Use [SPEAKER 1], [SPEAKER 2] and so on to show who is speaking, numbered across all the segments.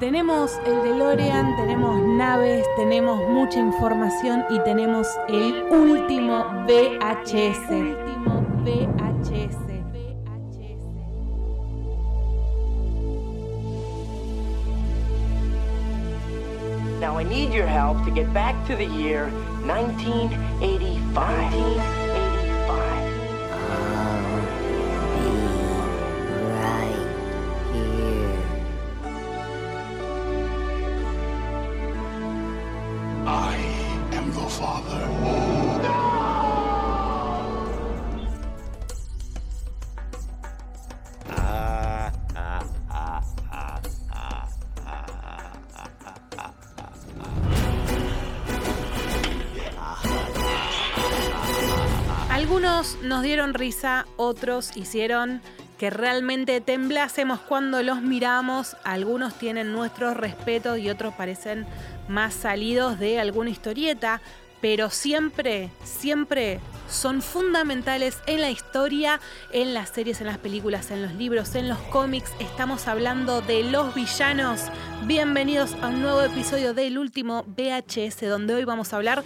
[SPEAKER 1] Tenemos el DeLorean, tenemos naves, tenemos mucha información y tenemos el último VHS. El último VHS.
[SPEAKER 2] Now I need your help to get back to the year 1985. 1985.
[SPEAKER 3] I am the father.
[SPEAKER 1] Algunos nos dieron risa, otros hicieron que realmente temblásemos cuando los miramos. Algunos tienen nuestros respetos y otros parecen más salidos de alguna historieta. Pero siempre, siempre son fundamentales en la historia, en las series, en las películas, en los libros, en los cómics. Estamos hablando de los villanos. Bienvenidos a un nuevo episodio del último VHS, donde hoy vamos a hablar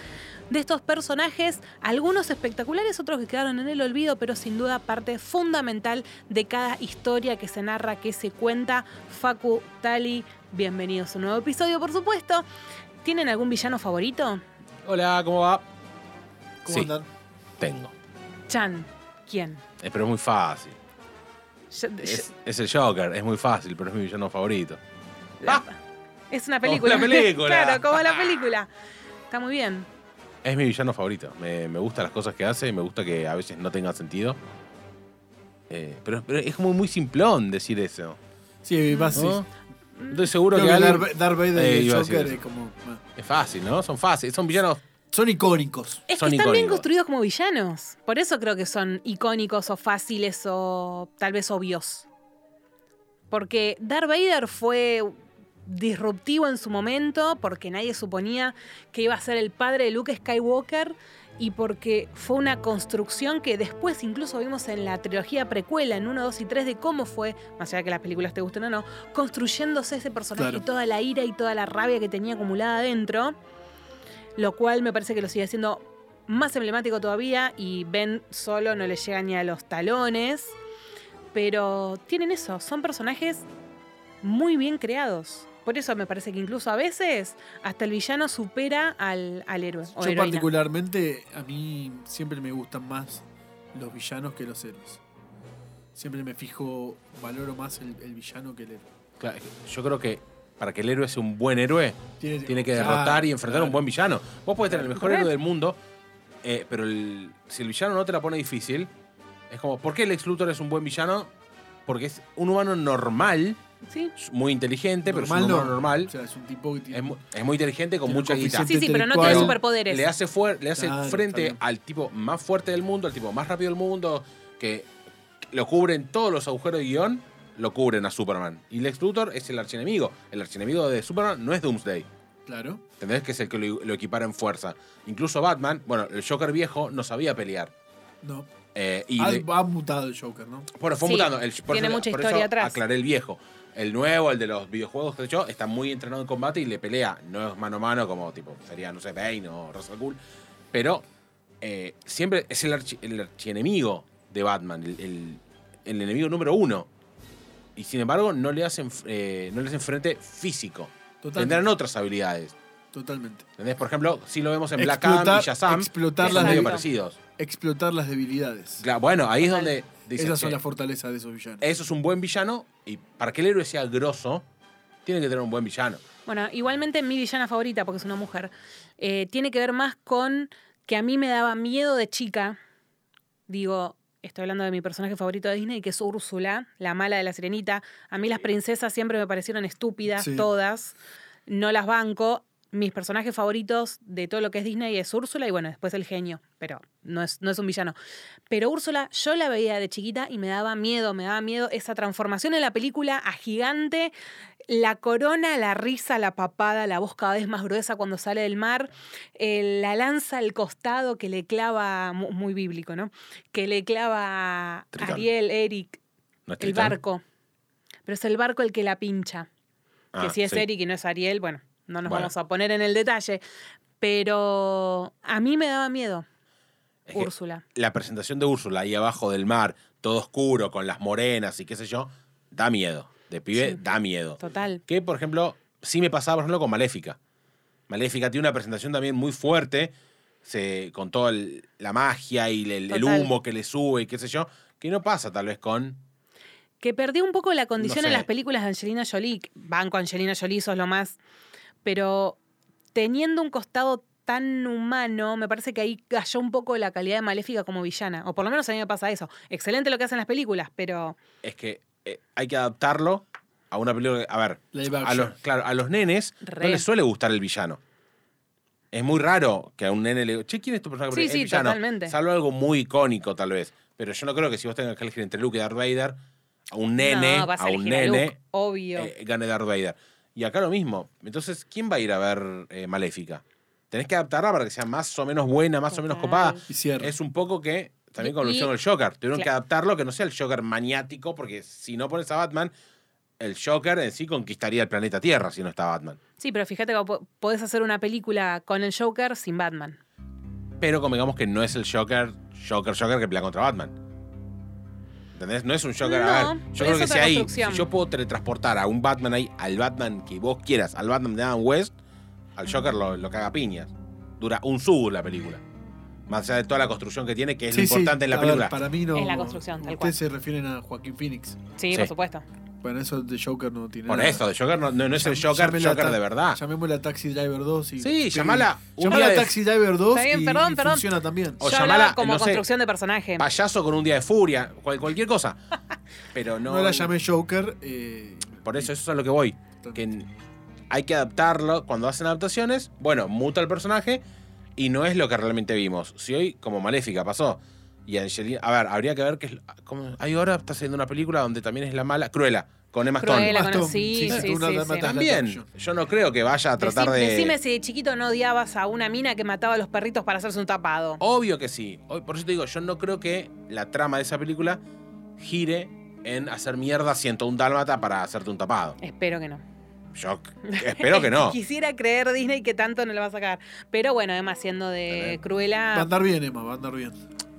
[SPEAKER 1] de estos personajes, algunos espectaculares, otros que quedaron en el olvido, pero sin duda parte fundamental de cada historia que se narra, que se cuenta. Facu, Tali, bienvenidos a un nuevo episodio, por supuesto. ¿Tienen algún villano favorito?
[SPEAKER 4] Hola, ¿cómo va?
[SPEAKER 5] ¿Cómo andan? Tengo.
[SPEAKER 1] Chan, ¿quién?
[SPEAKER 5] Eh, pero es muy fácil.
[SPEAKER 1] Ya- ya-
[SPEAKER 5] Es, es el Joker, es muy fácil, pero es mi villano favorito.
[SPEAKER 1] ya- Es una película.
[SPEAKER 5] Ah. la película.
[SPEAKER 1] claro, como la película. Está muy bien.
[SPEAKER 5] Es mi villano favorito. Me, me gustan las cosas que hace, me gusta que a veces no tenga sentido. Eh, pero, pero es como muy simplón decir eso.
[SPEAKER 4] Sí, vas
[SPEAKER 5] ¿no?
[SPEAKER 4] sí.
[SPEAKER 5] Estoy seguro
[SPEAKER 4] Creo
[SPEAKER 5] que,
[SPEAKER 4] que
[SPEAKER 5] alguien-
[SPEAKER 4] Darth, Darth Vader
[SPEAKER 5] Eh,
[SPEAKER 4] y el
[SPEAKER 5] iba a decir
[SPEAKER 4] Joker
[SPEAKER 5] eso.
[SPEAKER 4] es como, bueno,
[SPEAKER 5] es fácil, ¿no? Son fáciles, son villanos.
[SPEAKER 4] son icónicos.
[SPEAKER 1] Es
[SPEAKER 5] Son
[SPEAKER 1] que están bien
[SPEAKER 5] icónicos.
[SPEAKER 1] construidos como villanos. Por eso creo que son icónicos o fáciles o tal vez obvios. Porque Darth Vader fue disruptivo en su momento, porque nadie suponía que iba a ser el padre de Luke Skywalker y porque fue una construcción que después incluso vimos en la trilogía precuela, en 1, 2 y 3, de cómo fue, más allá de que las películas te gusten o no, construyéndose ese personaje
[SPEAKER 4] Claro.
[SPEAKER 1] y toda la ira y toda la rabia que tenía acumulada adentro, lo cual me parece que lo sigue haciendo más emblemático todavía y Ben solo no le llega ni a los talones, pero tienen eso, son personajes muy bien creados. Por eso me parece que incluso a veces hasta el villano supera al, al héroe. o
[SPEAKER 4] Yo
[SPEAKER 1] heroína.
[SPEAKER 4] particularmente, a mí siempre me gustan más los villanos que los héroes. Siempre me fijo, valoro más el, el villano que el héroe.
[SPEAKER 5] Claro, es que Yo creo que para que el héroe sea un buen héroe, tiene que
[SPEAKER 4] Claro,
[SPEAKER 5] derrotar y enfrentar a un
[SPEAKER 4] claro.
[SPEAKER 5] buen villano. Vos podés tener el mejor
[SPEAKER 1] Correcto.
[SPEAKER 5] héroe del mundo, eh, pero el- si el villano no te la pone difícil, es como, ¿por qué Lex Luthor es un buen villano? Porque es un humano normal,
[SPEAKER 1] Sí,
[SPEAKER 5] es muy inteligente, pero es
[SPEAKER 4] Normal
[SPEAKER 5] un
[SPEAKER 4] no.
[SPEAKER 5] humano normal.
[SPEAKER 4] O sea, es un tipo que tiene.
[SPEAKER 5] Es, mu- es muy inteligente con
[SPEAKER 4] tiene un
[SPEAKER 5] mucha guita.
[SPEAKER 4] coeficiente
[SPEAKER 1] Sí, sí, pero no tiene
[SPEAKER 4] intelectual.
[SPEAKER 1] superpoderes.
[SPEAKER 5] Le hace, fuer- le hace
[SPEAKER 4] Claro,
[SPEAKER 5] frente
[SPEAKER 4] está
[SPEAKER 5] al tipo más fuerte del mundo, al tipo más rápido del mundo, que lo cubren todos los agujeros de guión, lo cubren a Superman. Y Lex Luthor es el archienemigo. El archienemigo de Superman no es Doomsday.
[SPEAKER 4] Claro.
[SPEAKER 5] ¿Entendés? Que es el que lo, lo equipara en fuerza. Incluso Batman, bueno, el Joker viejo no sabía pelear.
[SPEAKER 4] No.
[SPEAKER 5] Eh, y
[SPEAKER 4] Ha,
[SPEAKER 5] de-
[SPEAKER 4] ha mutado el Joker, ¿no?
[SPEAKER 5] bueno, fue
[SPEAKER 1] Sí,
[SPEAKER 5] mutando. El- por
[SPEAKER 1] tiene
[SPEAKER 5] eso-
[SPEAKER 1] mucha
[SPEAKER 5] por
[SPEAKER 1] historia
[SPEAKER 5] eso
[SPEAKER 1] atrás.
[SPEAKER 5] Aclaré el viejo. El nuevo, el de los videojuegos que yo, está muy entrenado en combate y le pelea. No es mano a mano como tipo sería, no sé, Bane o Russell Cool. Pero eh, siempre es el, archi- el archienemigo de Batman, el, el- el enemigo número uno. Y sin embargo, no le hacen, eh, no le hacen frente físico.
[SPEAKER 4] Totalmente.
[SPEAKER 5] Tendrán otras habilidades.
[SPEAKER 4] Totalmente.
[SPEAKER 5] ¿Entendés? Por ejemplo, si lo vemos en Black
[SPEAKER 4] Explotar-
[SPEAKER 5] Adam y Shazam,
[SPEAKER 4] explotar
[SPEAKER 5] que
[SPEAKER 1] las
[SPEAKER 5] son medio
[SPEAKER 1] debil-
[SPEAKER 5] parecidos.
[SPEAKER 4] Explotar las debilidades.
[SPEAKER 5] Claro, bueno, ahí es donde dices,
[SPEAKER 4] Esas son
[SPEAKER 5] che,
[SPEAKER 4] las fortalezas de esos villanos.
[SPEAKER 5] eso es un buen villano y para que el héroe sea grosso, tiene que tener un buen villano.
[SPEAKER 1] Bueno, igualmente mi villana favorita, porque es una mujer, eh, tiene que ver más con que a mí me daba miedo de chica. Digo, estoy hablando de mi personaje favorito de Disney, que es Úrsula, la mala de la sirenita. A mí las princesas siempre me parecieron estúpidas,
[SPEAKER 4] Sí.
[SPEAKER 1] todas. No las banco. Mis personajes favoritos de todo lo que es Disney es Úrsula y bueno, después el genio, pero no es, no es un villano. Pero Úrsula, yo la veía de chiquita y me daba miedo, me daba miedo esa transformación en la película a gigante, la corona, la risa, la papada, la voz cada vez más gruesa cuando sale del mar, eh, la lanza al costado que le clava, mu- muy bíblico, ¿no? Que le clava a
[SPEAKER 5] Tritón.
[SPEAKER 1] Ariel, Eric,
[SPEAKER 5] ¿No es
[SPEAKER 1] el
[SPEAKER 5] Tritón?
[SPEAKER 1] barco. Pero es el barco el que la pincha. que
[SPEAKER 5] Ah,
[SPEAKER 1] si es
[SPEAKER 5] sí.
[SPEAKER 1] Eric y no es Ariel, bueno, no nos
[SPEAKER 5] Bueno.
[SPEAKER 1] vamos a poner en el detalle. Pero a mí me daba miedo
[SPEAKER 5] Es que
[SPEAKER 1] Úrsula.
[SPEAKER 5] La presentación de Úrsula ahí abajo del mar, todo oscuro, con las morenas y qué sé yo, da miedo. De pibe,
[SPEAKER 1] Sí.
[SPEAKER 5] da miedo.
[SPEAKER 1] Total.
[SPEAKER 5] Que, por ejemplo, sí me pasaba, por ejemplo, con Maléfica. Maléfica tiene una presentación también muy fuerte, se, con toda el- la magia y el, el
[SPEAKER 1] Total.
[SPEAKER 5] humo que le sube y qué sé yo, que no pasa tal vez con...
[SPEAKER 1] Que perdió un poco la condición en
[SPEAKER 5] sé.
[SPEAKER 1] las películas de Angelina Jolie. Van con Angelina Jolie, sos lo más. Pero teniendo un costado tan humano, me parece que ahí cayó un poco la calidad de Maléfica como villana. O por lo menos a mí me pasa eso. Excelente lo que hacen las películas, pero
[SPEAKER 5] Es que eh, hay que adaptarlo a una película... que- A ver,
[SPEAKER 4] Live
[SPEAKER 5] a los,
[SPEAKER 4] action.
[SPEAKER 5] claro, a los nenes
[SPEAKER 1] Re.
[SPEAKER 5] no les suele gustar el villano. Es muy raro que a un nene le diga, che, ¿quién es tu personaje?
[SPEAKER 1] Sí,
[SPEAKER 5] preferido?
[SPEAKER 1] sí,
[SPEAKER 5] el villano.
[SPEAKER 1] totalmente.
[SPEAKER 5] Salvo algo muy icónico, tal vez. Pero yo no creo que si vos tengas que elegir entre Luke y Darth Vader, a un nene,
[SPEAKER 1] no, vas a,
[SPEAKER 5] a un
[SPEAKER 1] elegir a
[SPEAKER 5] nene,
[SPEAKER 1] Luke, obvio.
[SPEAKER 5] eh, gane Darth Vader. Y acá lo mismo. Entonces, ¿quién va a ir a ver eh, Maléfica? Tenés que adaptarla para que sea más o menos buena, más o menos
[SPEAKER 1] Total.
[SPEAKER 5] copada.
[SPEAKER 4] Y cierra.
[SPEAKER 5] Es un poco que también con
[SPEAKER 1] Y-
[SPEAKER 5] lo hicieron el Joker. Tuvieron que
[SPEAKER 1] Claro.
[SPEAKER 5] adaptarlo, que no sea el Joker maniático, porque si no pones a Batman, el Joker en sí conquistaría el planeta Tierra si no está Batman.
[SPEAKER 1] Sí, pero fíjate que po- podés hacer una película con el Joker sin Batman.
[SPEAKER 5] Pero convengamos que no es el Joker, Joker, Joker que pelea contra Batman. ¿Entendés? No es un Joker.
[SPEAKER 1] No,
[SPEAKER 5] a ver,
[SPEAKER 1] pero
[SPEAKER 5] yo
[SPEAKER 1] es
[SPEAKER 5] creo que
[SPEAKER 1] otra
[SPEAKER 5] si ahí, si
[SPEAKER 1] construcción.
[SPEAKER 5] yo puedo teletransportar a un Batman ahí, al Batman que vos quieras, al Batman de Adam West, al Joker lo, lo caga a piñas. Dura un sub la película. Más allá de toda la construcción que tiene, que es lo
[SPEAKER 4] Sí, sí,
[SPEAKER 5] importante en la
[SPEAKER 4] a ver,
[SPEAKER 5] película.
[SPEAKER 4] para mí no.
[SPEAKER 1] Es la construcción, tal cual.
[SPEAKER 4] Ustedes se refieren a Joaquín Phoenix.
[SPEAKER 1] Sí,
[SPEAKER 5] Sí.
[SPEAKER 1] por supuesto.
[SPEAKER 4] Bueno, eso de Joker no tiene
[SPEAKER 5] Por
[SPEAKER 4] nada.
[SPEAKER 5] eso, de Joker no, no- no es el
[SPEAKER 4] Llam-
[SPEAKER 5] Joker,
[SPEAKER 4] llamémosla
[SPEAKER 5] Joker
[SPEAKER 4] ta-
[SPEAKER 5] de verdad.
[SPEAKER 4] Llamémosla Taxi Driver 2. Y,
[SPEAKER 5] Sí, llamala un
[SPEAKER 4] Llamala
[SPEAKER 5] día de-
[SPEAKER 4] Taxi Driver 2
[SPEAKER 1] Está bien,
[SPEAKER 4] y,
[SPEAKER 1] perdón,
[SPEAKER 4] y
[SPEAKER 1] perdón.
[SPEAKER 4] funciona también.
[SPEAKER 5] O
[SPEAKER 1] Yo
[SPEAKER 5] llamala,
[SPEAKER 1] hablaba como
[SPEAKER 5] no sé,
[SPEAKER 1] construcción de personaje.
[SPEAKER 5] Payaso con un día de furia, cual- cualquier cosa. Pero no.
[SPEAKER 4] No, la llamé Joker. eh,
[SPEAKER 5] Por eso, eso es a lo que voy. Que n- hay que adaptarlo. Cuando hacen adaptaciones, bueno, muta el personaje y no es lo que realmente vimos. Si hoy, como Maléfica pasó, y Angelina. A ver, habría que ver que. es- cómo- Hay ahora, está haciendo una película donde también es la mala. Cruela, con Emma Stone. Ah,
[SPEAKER 1] Cruella,
[SPEAKER 4] Bastón,
[SPEAKER 1] conocí, sí,
[SPEAKER 4] tú no
[SPEAKER 1] sí,
[SPEAKER 4] la
[SPEAKER 1] sí.
[SPEAKER 4] matas la
[SPEAKER 5] También.
[SPEAKER 4] action.
[SPEAKER 5] Yo no creo que vaya a tratar
[SPEAKER 1] Decí-
[SPEAKER 5] de.
[SPEAKER 1] Decime si de chiquito no odiabas a una mina que mataba a los perritos para hacerse un tapado.
[SPEAKER 5] Obvio que sí. Hoy- Por eso te digo, yo no creo que la trama de esa película gire en hacer mierda 101 dálmata para hacerte un tapado.
[SPEAKER 1] Espero que no.
[SPEAKER 5] Yo c- espero que no.
[SPEAKER 1] Quisiera creer Disney que tanto no la va a sacar. Pero bueno, además siendo de
[SPEAKER 5] Tener-
[SPEAKER 4] Va a
[SPEAKER 1] Cruella.
[SPEAKER 4] andar bien, Emma, va a andar bien.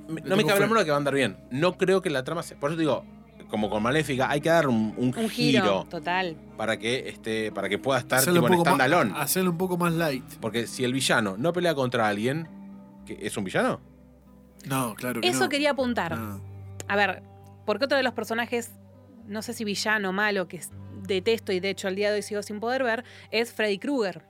[SPEAKER 5] Me- No me cabe la menor duda que va a andar bien. No creo que la trama se... Por eso te digo, como con Maléfica, hay que dar un, un
[SPEAKER 1] Un giro,
[SPEAKER 5] giro
[SPEAKER 1] total.
[SPEAKER 5] para que esté, para que pueda estar
[SPEAKER 4] Hacerlo
[SPEAKER 5] tipo en
[SPEAKER 4] un, poco
[SPEAKER 5] standalone.
[SPEAKER 4] más, hacerlo un poco más light.
[SPEAKER 5] Porque si el villano no pelea contra alguien, que ¿es un villano?
[SPEAKER 4] No, claro que
[SPEAKER 1] Eso
[SPEAKER 4] no.
[SPEAKER 1] quería apuntar.
[SPEAKER 4] No.
[SPEAKER 1] A ver, porque otro de los personajes, no sé si villano, malo, que s- detesto y de hecho al día de hoy sigo sin poder ver, es Freddy Krueger.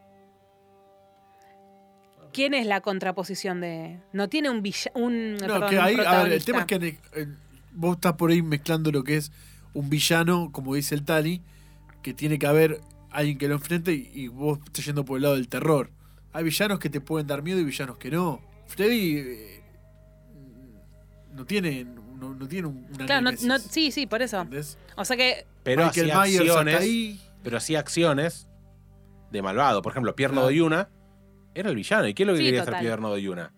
[SPEAKER 1] ¿Quién es la contraposición de.? No tiene un villano. Un,
[SPEAKER 4] No,
[SPEAKER 1] perdón,
[SPEAKER 4] que
[SPEAKER 1] un
[SPEAKER 4] ahí, a ver, el
[SPEAKER 1] protagonista.
[SPEAKER 4] tema es que eh, eh, vos estás por ahí mezclando lo que es un villano, como dice el Tali, que tiene que haber alguien que lo enfrente y, y vos estás yendo por el lado del terror. Hay villanos que te pueden dar miedo y villanos que no. Freddy eh, no tiene, no, no tiene un- una
[SPEAKER 1] Claro, no-
[SPEAKER 4] némesis,
[SPEAKER 1] no- sí, sí, por eso.
[SPEAKER 4] ¿entendés?
[SPEAKER 1] O sea que
[SPEAKER 5] Pero
[SPEAKER 4] Michael
[SPEAKER 5] hacía
[SPEAKER 4] Myers hasta
[SPEAKER 5] acciones...
[SPEAKER 4] ahí.
[SPEAKER 5] pero hacía acciones de malvado. Por ejemplo, Pierno
[SPEAKER 4] Claro.
[SPEAKER 5] de Yuna era el villano. ¿Y qué es lo que
[SPEAKER 1] Sí,
[SPEAKER 5] quería
[SPEAKER 1] total.
[SPEAKER 5] hacer Pierno de Yuna?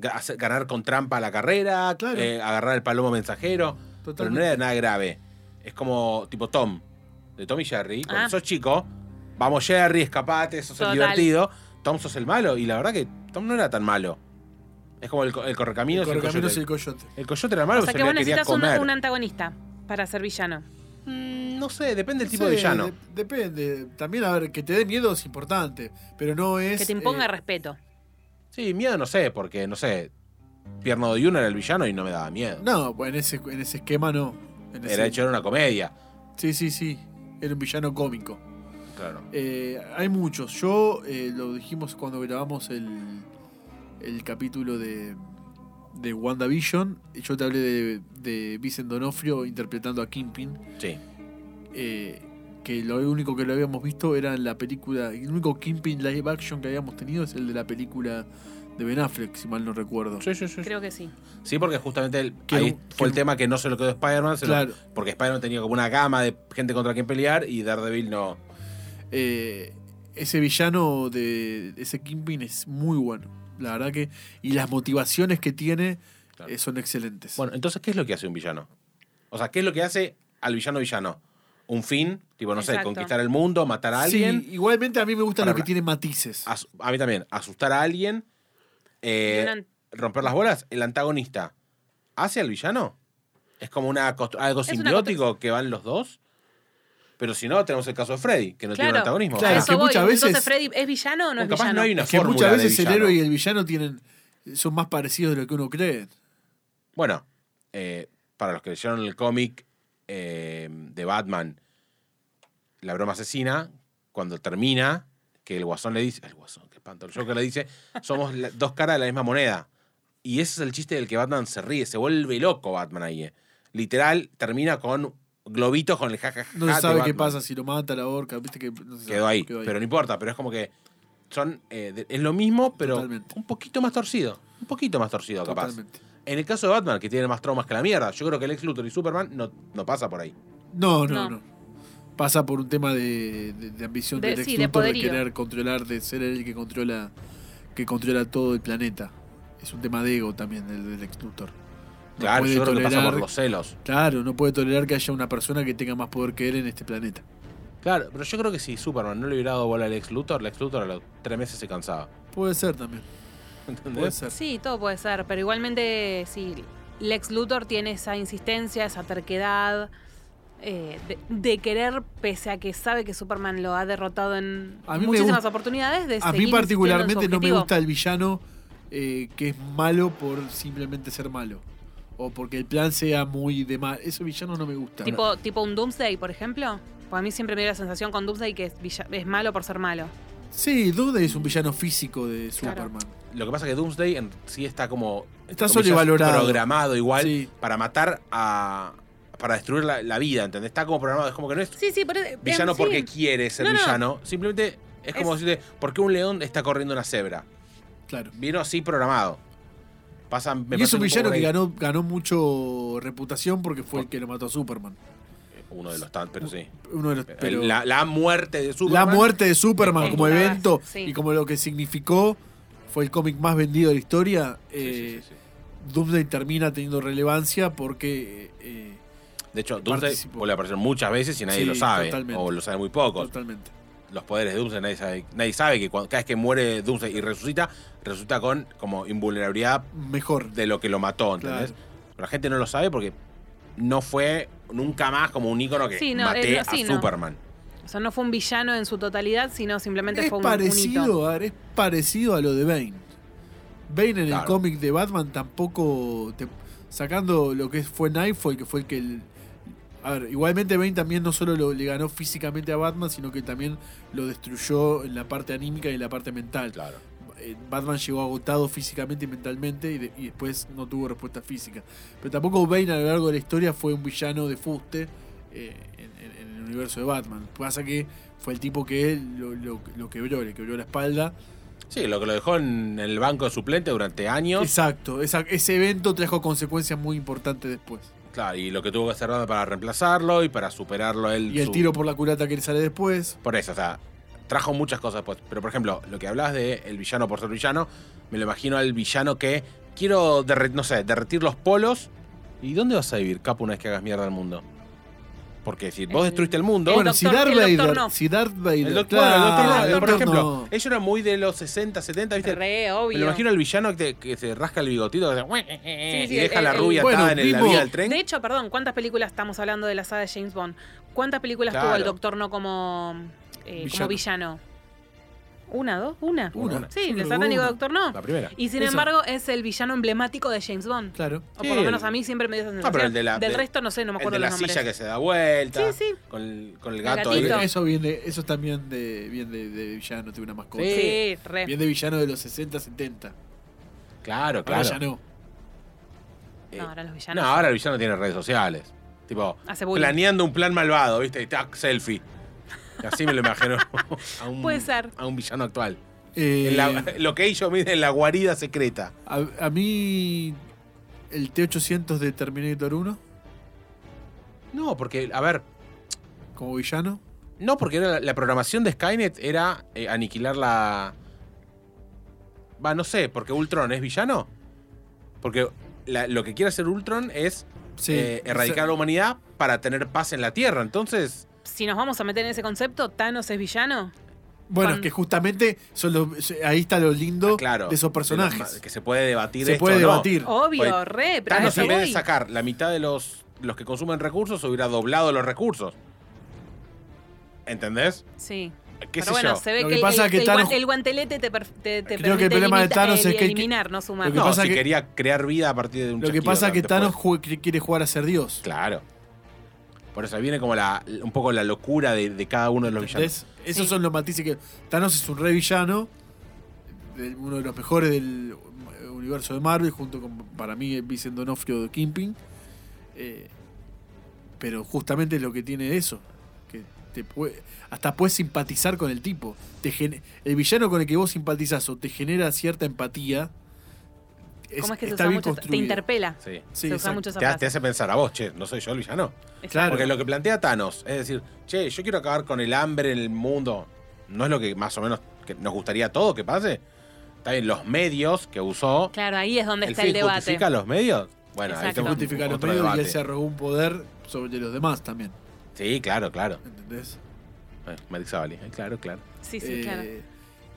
[SPEAKER 5] Ga- hacer- Ganar con trampa la carrera,
[SPEAKER 4] Claro.
[SPEAKER 5] eh, agarrar el palomo mensajero. Pero no
[SPEAKER 4] Totalmente.
[SPEAKER 5] era nada grave. Es como tipo Tom, de Tom y Jerry. Cuando
[SPEAKER 1] Ah.
[SPEAKER 5] sos chico, vamos Jerry, escapate, sos el
[SPEAKER 1] Total.
[SPEAKER 5] divertido. Tom sos el malo. Y la verdad que Tom no era tan malo. Es como el, co- el correcaminos. y
[SPEAKER 4] el
[SPEAKER 5] El,
[SPEAKER 4] correcamino es el
[SPEAKER 5] coyote.
[SPEAKER 4] coyote.
[SPEAKER 5] El coyote era malo,
[SPEAKER 1] o sea
[SPEAKER 5] se
[SPEAKER 1] que
[SPEAKER 5] lo
[SPEAKER 1] vos
[SPEAKER 5] quería
[SPEAKER 1] necesitas un,
[SPEAKER 5] comer.
[SPEAKER 1] un antagonista para ser villano.
[SPEAKER 5] Mm, No sé, depende del
[SPEAKER 4] No
[SPEAKER 5] tipo
[SPEAKER 4] sé,
[SPEAKER 5] de villano.
[SPEAKER 4] de- depende. También, a ver, que te dé miedo es importante, pero no es.
[SPEAKER 1] que te imponga
[SPEAKER 4] eh,
[SPEAKER 1] respeto.
[SPEAKER 5] Sí, miedo no sé, porque no sé. Pierno de Yuna era el villano y no me daba miedo.
[SPEAKER 4] No, pues en ese, en ese esquema no. En ese-
[SPEAKER 5] era hecho era una comedia.
[SPEAKER 4] Sí, sí, sí. Era un villano cómico.
[SPEAKER 5] Claro.
[SPEAKER 4] Eh, hay muchos. Yo eh, lo dijimos cuando grabamos el, el capítulo de, de WandaVision. Yo te hablé de, de Vincent Donofrio interpretando a Kingpin.
[SPEAKER 5] Sí.
[SPEAKER 4] eh, que lo único que lo habíamos visto era en la película. El único Kingpin live action que habíamos tenido es el de la película de Ben Affleck, si mal no recuerdo.
[SPEAKER 5] Sí, sí, sí.
[SPEAKER 1] Creo que sí.
[SPEAKER 5] Sí, porque justamente el-
[SPEAKER 4] Que-
[SPEAKER 5] ahí
[SPEAKER 4] que-
[SPEAKER 5] fue el tema que no se lo quedó Spider-Man. se lo-
[SPEAKER 4] Claro.
[SPEAKER 5] porque Spider-Man tenía como una gama de gente contra quien pelear y Daredevil no.
[SPEAKER 4] Eh, ese villano de ese Kingpin es muy bueno. La verdad que. Y las motivaciones que tiene
[SPEAKER 5] Claro.
[SPEAKER 4] eh, son excelentes.
[SPEAKER 5] Bueno, entonces, ¿qué es lo que hace un villano? O sea, ¿qué es lo que hace al villano villano? un fin, tipo, no sé,
[SPEAKER 1] Exacto.
[SPEAKER 5] conquistar el mundo, matar a
[SPEAKER 4] Sí,
[SPEAKER 5] alguien.
[SPEAKER 4] igualmente a mí me gusta
[SPEAKER 5] Para
[SPEAKER 4] lo que
[SPEAKER 5] la-
[SPEAKER 4] tiene matices.
[SPEAKER 5] As- a mí también, asustar a alguien, eh,
[SPEAKER 1] Y un an-
[SPEAKER 5] romper las bolas, el antagonista hace al villano. Es como una cost- algo
[SPEAKER 1] una
[SPEAKER 5] simbiótico que van los dos. Pero si no, tenemos el caso de Freddy, que no tiene un
[SPEAKER 1] Claro,
[SPEAKER 5] antagonismo.
[SPEAKER 1] a
[SPEAKER 4] Claro,
[SPEAKER 1] eso
[SPEAKER 4] que
[SPEAKER 1] voy.
[SPEAKER 4] muchas veces-
[SPEAKER 1] Entonces, Freddy, ¿es villano o no es
[SPEAKER 5] Capaz
[SPEAKER 1] villano?
[SPEAKER 5] no hay una
[SPEAKER 4] Es que
[SPEAKER 5] fórmula
[SPEAKER 4] muchas
[SPEAKER 5] de
[SPEAKER 4] veces el
[SPEAKER 5] villano.
[SPEAKER 4] héroe y el villano tienen son más parecidos de lo que uno cree.
[SPEAKER 5] Bueno, eh, para los que leyeron el cómic eh, de Batman, La broma asesina, cuando termina, que el guasón le dice, el guasón, qué espanto, el Joker le dice, somos la- dos caras de la misma moneda. Y ese es el chiste del que Batman se ríe, se vuelve loco Batman ahí. eh. Literal, termina con globitos con el jajaja.
[SPEAKER 4] No
[SPEAKER 5] Ah, de
[SPEAKER 4] se sabe qué
[SPEAKER 5] Batman.
[SPEAKER 4] pasa si lo mata la orca, viste que no se sabe,
[SPEAKER 5] Quedó ahí, pero no importa, pero es como que son, eh, de- es lo mismo, pero
[SPEAKER 4] Totalmente.
[SPEAKER 5] un poquito más torcido. Un poquito más torcido, capaz.
[SPEAKER 4] Totalmente.
[SPEAKER 5] En el caso de Batman, que tiene más traumas que la mierda, yo creo que el ex Luthor y Superman no, no pasa por ahí.
[SPEAKER 4] No, no,
[SPEAKER 1] No.
[SPEAKER 4] no. Pasa por un tema de, de- de ambición
[SPEAKER 1] De-
[SPEAKER 4] del ex
[SPEAKER 1] sí, de
[SPEAKER 4] Luthor, de
[SPEAKER 1] poderío.
[SPEAKER 4] querer controlar, de ser el que controla, que controla todo el planeta. Es un tema de ego también del, del ex Luthor. No
[SPEAKER 5] Claro,
[SPEAKER 4] puede
[SPEAKER 5] yo creo que pasa
[SPEAKER 4] tolerar-
[SPEAKER 5] por los celos.
[SPEAKER 4] Claro, no puede tolerar que haya una persona que tenga más poder que él en este planeta.
[SPEAKER 5] Claro, pero yo creo que si Superman no le hubiera dado bola al ex Luthor, el ex Luthor a los tres meses se cansaba.
[SPEAKER 4] Puede ser también. Puede
[SPEAKER 5] ¿Entendés?
[SPEAKER 4] ser.
[SPEAKER 1] Sí, todo puede ser, pero igualmente sí, Lex Luthor tiene esa insistencia, esa terquedad eh, de, de querer, pese a que sabe que Superman lo ha derrotado en
[SPEAKER 4] A mí me
[SPEAKER 1] muchísimas
[SPEAKER 4] gusta-
[SPEAKER 1] oportunidades. De
[SPEAKER 4] A
[SPEAKER 1] seguir
[SPEAKER 4] mí
[SPEAKER 1] insistiendo en
[SPEAKER 4] particularmente
[SPEAKER 1] su
[SPEAKER 4] no me
[SPEAKER 1] objetivo.
[SPEAKER 4] gusta el villano eh, que es malo por simplemente ser malo. O porque el plan sea muy de mal. Esos villanos no me gustan.
[SPEAKER 1] Tipo, tipo un Doomsday, por ejemplo. Pues a mí siempre me dio la sensación con Doomsday que es, villa- es malo por ser malo.
[SPEAKER 4] Sí, Doomsday es un villano físico de
[SPEAKER 1] Claro.
[SPEAKER 4] Superman.
[SPEAKER 5] Lo que pasa es que Doomsday en sí está como. entre
[SPEAKER 4] Está
[SPEAKER 5] comillas,
[SPEAKER 4] sobrevalorado.
[SPEAKER 5] Programado igual
[SPEAKER 4] Sí.
[SPEAKER 5] para matar a. para destruir la, la vida, ¿entendés? Está como programado, es como que no es
[SPEAKER 1] Sí, sí, por eso.
[SPEAKER 5] villano
[SPEAKER 1] sí.
[SPEAKER 5] porque quiere ser
[SPEAKER 1] No, no.
[SPEAKER 5] villano. Simplemente es como
[SPEAKER 1] Es-
[SPEAKER 5] decirte, ¿por qué un león está corriendo una cebra?
[SPEAKER 4] Claro.
[SPEAKER 5] Vino así programado. Pasa, me
[SPEAKER 4] y es
[SPEAKER 5] parece
[SPEAKER 4] un
[SPEAKER 5] poco
[SPEAKER 4] villano
[SPEAKER 5] por
[SPEAKER 4] que
[SPEAKER 5] ahí.
[SPEAKER 4] ganó, ganó mucho reputación porque fue el que lo mató a Superman.
[SPEAKER 5] Uno de los tantos, pero sí.
[SPEAKER 4] Uno de los- pero-
[SPEAKER 5] la, la muerte de
[SPEAKER 4] la
[SPEAKER 5] Superman.
[SPEAKER 4] muerte de Superman
[SPEAKER 1] Es
[SPEAKER 4] como
[SPEAKER 1] un
[SPEAKER 4] evento
[SPEAKER 1] cagazo, sí.
[SPEAKER 4] y como lo que significó fue el cómic más vendido de la historia.
[SPEAKER 5] Sí, sí,
[SPEAKER 4] eh,
[SPEAKER 5] sí, sí.
[SPEAKER 4] Doomsday termina teniendo relevancia porque eh,
[SPEAKER 5] De hecho, Doomsday
[SPEAKER 4] participó.
[SPEAKER 5] vuelve a aparecer muchas veces y nadie
[SPEAKER 4] Sí,
[SPEAKER 5] lo sabe.
[SPEAKER 4] totalmente.
[SPEAKER 5] O lo sabe muy pocos.
[SPEAKER 4] totalmente.
[SPEAKER 5] Los poderes de Doomsday, nadie sabe, nadie sabe que cuando- cada vez que muere Doomsday y resucita, resucita con como invulnerabilidad
[SPEAKER 4] Mejor.
[SPEAKER 5] de lo que lo mató, ¿entendés?
[SPEAKER 4] Claro.
[SPEAKER 5] Pero la gente no lo sabe porque no fue nunca más como un ícono que
[SPEAKER 1] Sí, no,
[SPEAKER 5] maté
[SPEAKER 1] eh, no, sí,
[SPEAKER 5] a
[SPEAKER 1] no.
[SPEAKER 5] Superman.
[SPEAKER 1] O sea, no fue un villano en su totalidad, sino simplemente
[SPEAKER 4] Es
[SPEAKER 1] fue un, un hito.
[SPEAKER 4] parecido, a ver, es parecido a lo de Bane. Bane en
[SPEAKER 5] Claro.
[SPEAKER 4] el cómic de Batman tampoco. te- sacando lo que fue Nightfall, que fue el que. el- a ver, igualmente Bane también no solo lo- le ganó físicamente a Batman, sino que también lo destruyó en la parte anímica y en la parte mental.
[SPEAKER 5] Claro.
[SPEAKER 4] Eh, Batman llegó agotado físicamente y mentalmente y, de- y después no tuvo respuesta física. Pero tampoco Bane a lo largo de la historia fue un villano de fuste eh, en, en- en el universo de Batman. Pasa que fue el tipo que lo, lo- lo quebró, le quebró la espalda.
[SPEAKER 5] Sí, lo que lo dejó en el banco de suplente durante años.
[SPEAKER 4] Exacto, esa- ese evento trajo consecuencias muy importantes después.
[SPEAKER 5] Claro, y lo que tuvo que hacer Batman para reemplazarlo y para superarlo él.
[SPEAKER 4] Y el
[SPEAKER 5] su-
[SPEAKER 4] tiro por la culata que le sale después.
[SPEAKER 5] Por eso, o sea, trajo muchas cosas. Pues, pero, por ejemplo, lo que hablabas de el villano por ser villano, me lo imagino al villano que quiero, derre- no sé, derretir los polos. ¿Y dónde vas a vivir, Capo, una vez que hagas mierda al mundo? Porque si vos
[SPEAKER 1] El-
[SPEAKER 5] destruiste el mundo...
[SPEAKER 1] Eh, El
[SPEAKER 4] bueno,
[SPEAKER 1] doctor-
[SPEAKER 4] si Darth
[SPEAKER 1] el doctor
[SPEAKER 4] Vader-
[SPEAKER 1] no.
[SPEAKER 4] si Darth Vader-
[SPEAKER 5] el doctor,
[SPEAKER 4] claro,
[SPEAKER 5] el doctor no,
[SPEAKER 4] el
[SPEAKER 5] por
[SPEAKER 4] doctor
[SPEAKER 5] ejemplo,
[SPEAKER 4] no.
[SPEAKER 5] ellos eran muy de los 60, 70, ¿viste?
[SPEAKER 1] Re
[SPEAKER 5] me
[SPEAKER 1] obvio.
[SPEAKER 5] lo imagino al villano que, que se rasca el bigotito que hace eh,
[SPEAKER 1] sí,
[SPEAKER 5] y deja
[SPEAKER 1] el-
[SPEAKER 5] la
[SPEAKER 1] el-
[SPEAKER 5] rubia
[SPEAKER 4] Bueno,
[SPEAKER 5] atada en el- la
[SPEAKER 4] vimos-
[SPEAKER 5] vía del tren.
[SPEAKER 1] De hecho, perdón, ¿cuántas películas estamos hablando de la saga de James Bond? ¿Cuántas películas tuvo
[SPEAKER 5] Claro.
[SPEAKER 1] el Doctor No como, eh, como
[SPEAKER 4] Villano.
[SPEAKER 1] villano? ¿Una, dos? ¿Una?
[SPEAKER 4] Una.
[SPEAKER 1] Sí,
[SPEAKER 4] Yo
[SPEAKER 1] el
[SPEAKER 4] creo que
[SPEAKER 1] satánico
[SPEAKER 4] una.
[SPEAKER 1] Doctor No.
[SPEAKER 5] La primera.
[SPEAKER 1] Y sin
[SPEAKER 4] Esa.
[SPEAKER 1] embargo, es el villano emblemático de James Bond.
[SPEAKER 4] Claro.
[SPEAKER 1] O por lo
[SPEAKER 5] Sí,
[SPEAKER 1] menos
[SPEAKER 5] el-
[SPEAKER 1] a mí siempre me dio esa sensación.
[SPEAKER 5] pero el de la-
[SPEAKER 1] Del
[SPEAKER 5] de-
[SPEAKER 1] resto, no sé, no me
[SPEAKER 5] El
[SPEAKER 1] acuerdo
[SPEAKER 5] de la
[SPEAKER 1] los nombres.
[SPEAKER 5] silla que se da vuelta.
[SPEAKER 1] Sí, sí.
[SPEAKER 5] Con el, con el
[SPEAKER 1] El
[SPEAKER 5] gato. ahí.
[SPEAKER 1] gatito.
[SPEAKER 4] Eso viene, eso también de, bien de, de villano, tiene una mascota.
[SPEAKER 5] Sí.
[SPEAKER 1] Sí, re.
[SPEAKER 4] Bien de villano de los 60, 70.
[SPEAKER 5] Claro,
[SPEAKER 4] Ahora
[SPEAKER 5] claro. Eh,
[SPEAKER 4] ya no.
[SPEAKER 1] No, ahora los
[SPEAKER 5] No,
[SPEAKER 1] villanos.
[SPEAKER 5] ahora el villano tiene redes sociales. Tipo,
[SPEAKER 1] Hace bullying.
[SPEAKER 5] planeando un plan malvado, ¿viste? Y tac, selfie. Y así me lo imagino. a un,
[SPEAKER 1] Puede ser.
[SPEAKER 5] A un villano actual.
[SPEAKER 4] Eh,
[SPEAKER 5] En la- lo que ellos miden, la guarida secreta.
[SPEAKER 4] a, a mí, el T-800 de Terminator 1,
[SPEAKER 5] No, porque, a ver,
[SPEAKER 4] como villano.
[SPEAKER 5] no, porque era la, la programación de Skynet era eh, aniquilar la. Va, no sé, porque Ultron es villano. Porque la- lo que quiere hacer Ultron es
[SPEAKER 4] Sí.
[SPEAKER 5] eh, erradicar a la humanidad para tener paz en la Tierra. Entonces,
[SPEAKER 1] si nos vamos a meter en ese concepto, Thanos es villano.
[SPEAKER 4] Bueno,
[SPEAKER 1] Con-
[SPEAKER 4] es que justamente son los- ahí está lo lindo
[SPEAKER 5] Ah, Claro.
[SPEAKER 4] de esos
[SPEAKER 5] de los-
[SPEAKER 4] personajes.
[SPEAKER 5] que se puede debatir
[SPEAKER 4] Se
[SPEAKER 5] esto,
[SPEAKER 4] puede
[SPEAKER 5] ¿no?
[SPEAKER 4] debatir.
[SPEAKER 1] Obvio,
[SPEAKER 5] Oye,
[SPEAKER 1] re, pero a
[SPEAKER 5] pues, Thanos
[SPEAKER 1] eso
[SPEAKER 5] en vez de
[SPEAKER 1] voy.
[SPEAKER 5] sacar la mitad de los, los que consumen recursos, hubiera doblado los recursos. ¿Entendés?
[SPEAKER 1] Sí.
[SPEAKER 5] ¿Qué sé
[SPEAKER 1] Pero bueno,
[SPEAKER 5] yo?
[SPEAKER 1] se ve
[SPEAKER 4] Lo
[SPEAKER 1] que,
[SPEAKER 4] que
[SPEAKER 1] el-
[SPEAKER 4] pasa
[SPEAKER 1] el,
[SPEAKER 4] es que
[SPEAKER 1] el
[SPEAKER 4] Thanos-
[SPEAKER 1] guan- el guantelete te, per- te, te
[SPEAKER 4] Creo que
[SPEAKER 1] permite
[SPEAKER 4] el problema de
[SPEAKER 1] limita-
[SPEAKER 4] Thanos es
[SPEAKER 1] eh,
[SPEAKER 4] que- que-
[SPEAKER 1] eliminar, no sumar.
[SPEAKER 4] lo que
[SPEAKER 5] No,
[SPEAKER 4] pasa
[SPEAKER 5] si
[SPEAKER 4] que-
[SPEAKER 5] quería crear vida a partir de un
[SPEAKER 4] Lo que
[SPEAKER 5] chasquido
[SPEAKER 4] pasa es que
[SPEAKER 5] después.
[SPEAKER 4] Thanos jue- que quiere jugar a ser Dios.
[SPEAKER 5] Claro. Por eso ahí viene como la, un poco la locura de, de cada uno de los villanos.
[SPEAKER 4] ¿Entendés? Esos
[SPEAKER 1] Sí.
[SPEAKER 4] son los matices que. Thanos es un re villano, de- uno de los mejores del eh, universo de Marvel, junto con, para mí, Vincent Donofrio de Kimping. Eh, pero justamente es lo que tiene eso. Que te puede, hasta puedes simpatizar con el tipo. Te gene- el villano con el que vos simpatizás o te genera cierta empatía. es-
[SPEAKER 1] ¿Cómo es que se
[SPEAKER 4] está
[SPEAKER 1] usa
[SPEAKER 4] bien
[SPEAKER 1] mucho? Te
[SPEAKER 4] construido.
[SPEAKER 1] interpela.
[SPEAKER 5] Sí.
[SPEAKER 4] Sí,
[SPEAKER 1] se usa
[SPEAKER 4] exacto.
[SPEAKER 1] mucho esa
[SPEAKER 5] Te, ha- te
[SPEAKER 1] frase.
[SPEAKER 5] hace pensar a vos, che, no soy yo el villano.
[SPEAKER 4] Claro.
[SPEAKER 5] Porque lo que plantea Thanos es decir, che, yo quiero acabar con el hambre en el mundo. ¿No es lo que más o menos que nos gustaría a todos que pase? Está bien, los medios que usó.
[SPEAKER 1] Claro, ahí es donde
[SPEAKER 5] ¿El
[SPEAKER 1] está
[SPEAKER 5] fin
[SPEAKER 1] el debate.
[SPEAKER 5] justifica los medios? Bueno, ahí
[SPEAKER 1] Exacto.
[SPEAKER 5] tenemos
[SPEAKER 4] Justifica los
[SPEAKER 5] otro
[SPEAKER 4] medios y él
[SPEAKER 5] debate.
[SPEAKER 4] se arrogó un poder sobre los demás también.
[SPEAKER 5] Sí, claro, claro.
[SPEAKER 4] ¿Entendés?
[SPEAKER 5] Eh, Marik Zabali, eh, claro, claro.
[SPEAKER 1] Sí, sí,
[SPEAKER 4] Eh,
[SPEAKER 1] claro.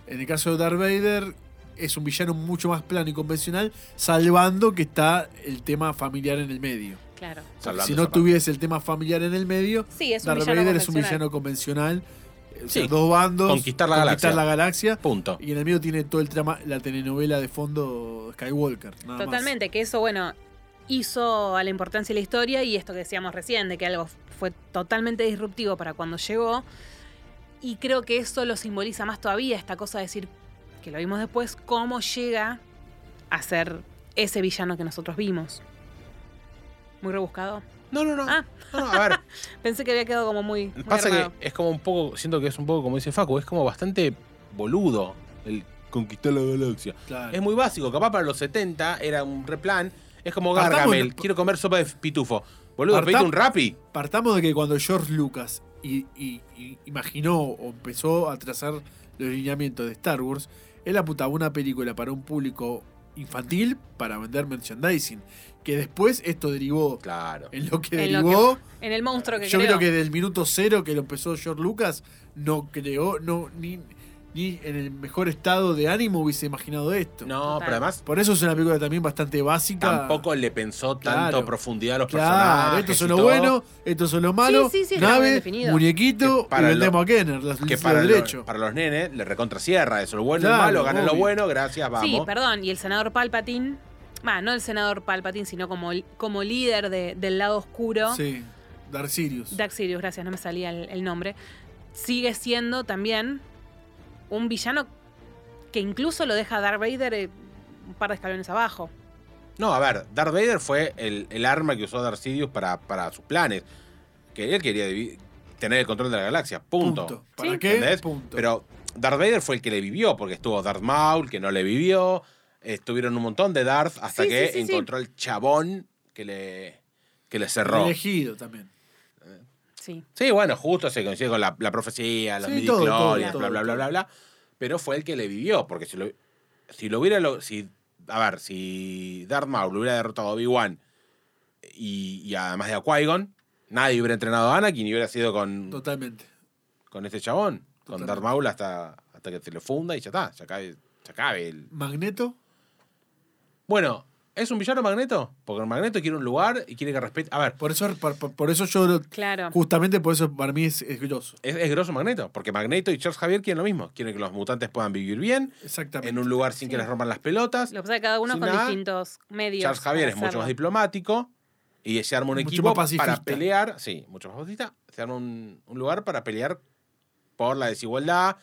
[SPEAKER 4] En el caso de Darth Vader, es un villano mucho más plano y convencional, salvando que está el tema familiar en el medio.
[SPEAKER 1] Claro.
[SPEAKER 5] Salvando
[SPEAKER 4] si
[SPEAKER 5] esa
[SPEAKER 4] no
[SPEAKER 5] parte.
[SPEAKER 4] tuviese el tema familiar en el medio,
[SPEAKER 1] Sí, es un
[SPEAKER 4] Darth
[SPEAKER 1] villano
[SPEAKER 4] Vader es un
[SPEAKER 1] convencional.
[SPEAKER 4] villano convencional. eh, o sea,
[SPEAKER 5] Sí.
[SPEAKER 4] dos bandos.
[SPEAKER 5] Conquistar la
[SPEAKER 4] conquistar la galaxia.
[SPEAKER 5] Punto.
[SPEAKER 4] Y en el medio tiene todo el trama, la telenovela de fondo Skywalker. nada más.
[SPEAKER 1] Totalmente, que eso, bueno, hizo a la importancia de la historia y esto que decíamos recién, de que algo fue totalmente disruptivo para cuando llegó. Y creo que eso lo simboliza más todavía, esta cosa de decir, que lo vimos después, cómo llega a ser ese villano que nosotros vimos. Muy rebuscado.
[SPEAKER 5] No, no, no.
[SPEAKER 1] Ah.
[SPEAKER 5] No, no, a ver,
[SPEAKER 1] Pensé que había quedado como muy. muy
[SPEAKER 5] pasa que
[SPEAKER 1] armado.
[SPEAKER 5] es como un poco, siento que es un poco como dice Facu, es como bastante boludo el conquistar la galaxia.
[SPEAKER 4] Claro.
[SPEAKER 5] Es muy básico, capaz para los 70 era un replan, es como
[SPEAKER 4] Partamos
[SPEAKER 5] Gargamel,
[SPEAKER 4] de-
[SPEAKER 5] quiero comer sopa de pitufo. Boludo,
[SPEAKER 4] Partam-
[SPEAKER 5] pedite un rapi.
[SPEAKER 4] Partamos de que cuando George Lucas i- i- i- imaginó o empezó a trazar los lineamientos de Star Wars, él apuntaba una película para un público infantil para vender merchandising. Que después esto derivó
[SPEAKER 5] Claro.
[SPEAKER 4] en lo que
[SPEAKER 1] En lo
[SPEAKER 4] derivó.
[SPEAKER 1] En el monstruo que
[SPEAKER 4] yo
[SPEAKER 1] creó.
[SPEAKER 4] creo que del minuto cero que lo empezó George Lucas, no creó, no, ni, ni en el mejor estado de ánimo hubiese imaginado esto.
[SPEAKER 5] No,
[SPEAKER 1] Total.
[SPEAKER 5] pero además
[SPEAKER 4] Por eso es una película también bastante básica.
[SPEAKER 5] tampoco le pensó tanto
[SPEAKER 4] Claro.
[SPEAKER 5] profundidad a los
[SPEAKER 4] Claro,
[SPEAKER 5] personajes.
[SPEAKER 4] estos
[SPEAKER 5] y
[SPEAKER 4] son lo
[SPEAKER 5] todo,
[SPEAKER 4] bueno, estos son lo malo.
[SPEAKER 1] Sí, sí, sí, está bien
[SPEAKER 4] nave,
[SPEAKER 1] definido.
[SPEAKER 4] muñequito,
[SPEAKER 5] Que para
[SPEAKER 4] y vendemos
[SPEAKER 5] lo-
[SPEAKER 4] a Kenner, las
[SPEAKER 5] Que
[SPEAKER 4] listas
[SPEAKER 5] para,
[SPEAKER 4] del
[SPEAKER 5] lo-
[SPEAKER 4] derecho.
[SPEAKER 5] para los nenes le recontracierra eso. Lo bueno y
[SPEAKER 4] Claro,
[SPEAKER 5] lo malo, ganan lo
[SPEAKER 4] obvio.
[SPEAKER 5] bueno, gracias, vamos.
[SPEAKER 1] Sí, perdón, y el senador Palpatine. Bah, no el senador Palpatine, sino como, como líder de- del lado oscuro.
[SPEAKER 4] Sí, Dark Sirius.
[SPEAKER 1] Dark Sirius, gracias, no me salía el, el nombre, sigue siendo también un villano que incluso lo deja Darth Vader eh, un par de escalones abajo.
[SPEAKER 5] No, a ver, Darth Vader fue el, el arma que usó Darth Sidious para, para sus planes. Que él quería divi- tener el control de la galaxia, punto.
[SPEAKER 4] ¿Para
[SPEAKER 1] Sí.
[SPEAKER 4] qué?
[SPEAKER 5] ¿Entendés?
[SPEAKER 4] Punto.
[SPEAKER 5] Pero Darth Vader fue el que le vivió, porque estuvo Darth Maul, que no le vivió. Estuvieron un montón de Darth hasta
[SPEAKER 1] Sí,
[SPEAKER 5] que
[SPEAKER 1] sí, sí, sí.
[SPEAKER 5] encontró el chabón que le, que le cerró.
[SPEAKER 4] elegido también.
[SPEAKER 1] Sí.
[SPEAKER 5] Sí, bueno, justo se coincide con la, la profecía, los
[SPEAKER 4] Sí,
[SPEAKER 5] midi
[SPEAKER 4] todo, todo,
[SPEAKER 5] bla,
[SPEAKER 4] todo,
[SPEAKER 5] bla, bla,
[SPEAKER 4] todo.
[SPEAKER 5] bla, bla. Pero fue el que le vivió, porque si lo, si lo hubiera... lo- si, a ver, si Darth Maul hubiera derrotado a Obi-Wan y, y además de a Qui-Gon, nadie hubiera entrenado a Anakin y hubiera sido con,
[SPEAKER 4] Totalmente.
[SPEAKER 5] con este chabón, con
[SPEAKER 4] Totalmente.
[SPEAKER 5] Darth Maul hasta, hasta que se lo funda y ya está, ya cabe, ya cabe el...
[SPEAKER 4] Magneto,
[SPEAKER 5] Bueno, ¿es un villano Magneto? Porque el Magneto quiere un lugar y quiere que respete... A ver,
[SPEAKER 4] por eso, por, por- por eso yo lo-
[SPEAKER 1] Claro.
[SPEAKER 4] justamente por eso para mí es, es grosso.
[SPEAKER 5] es, es grosso Magneto, porque Magneto y Charles Javier quieren lo mismo, quieren que los mutantes puedan vivir bien.
[SPEAKER 4] Exactamente.
[SPEAKER 5] en un lugar sin que les rompan las pelotas.
[SPEAKER 1] Lo que pasa es que cada uno
[SPEAKER 5] Sin
[SPEAKER 1] con
[SPEAKER 5] nada,
[SPEAKER 1] distintos medios.
[SPEAKER 5] Charles Javier es
[SPEAKER 1] para
[SPEAKER 5] mucho más
[SPEAKER 1] hacerlo.
[SPEAKER 5] diplomático y se arma un
[SPEAKER 4] Mucho
[SPEAKER 5] equipo
[SPEAKER 4] más pacifista.
[SPEAKER 5] para pelear. Sí, mucho más pacifista. Se arma un, un lugar para pelear por la desigualdad.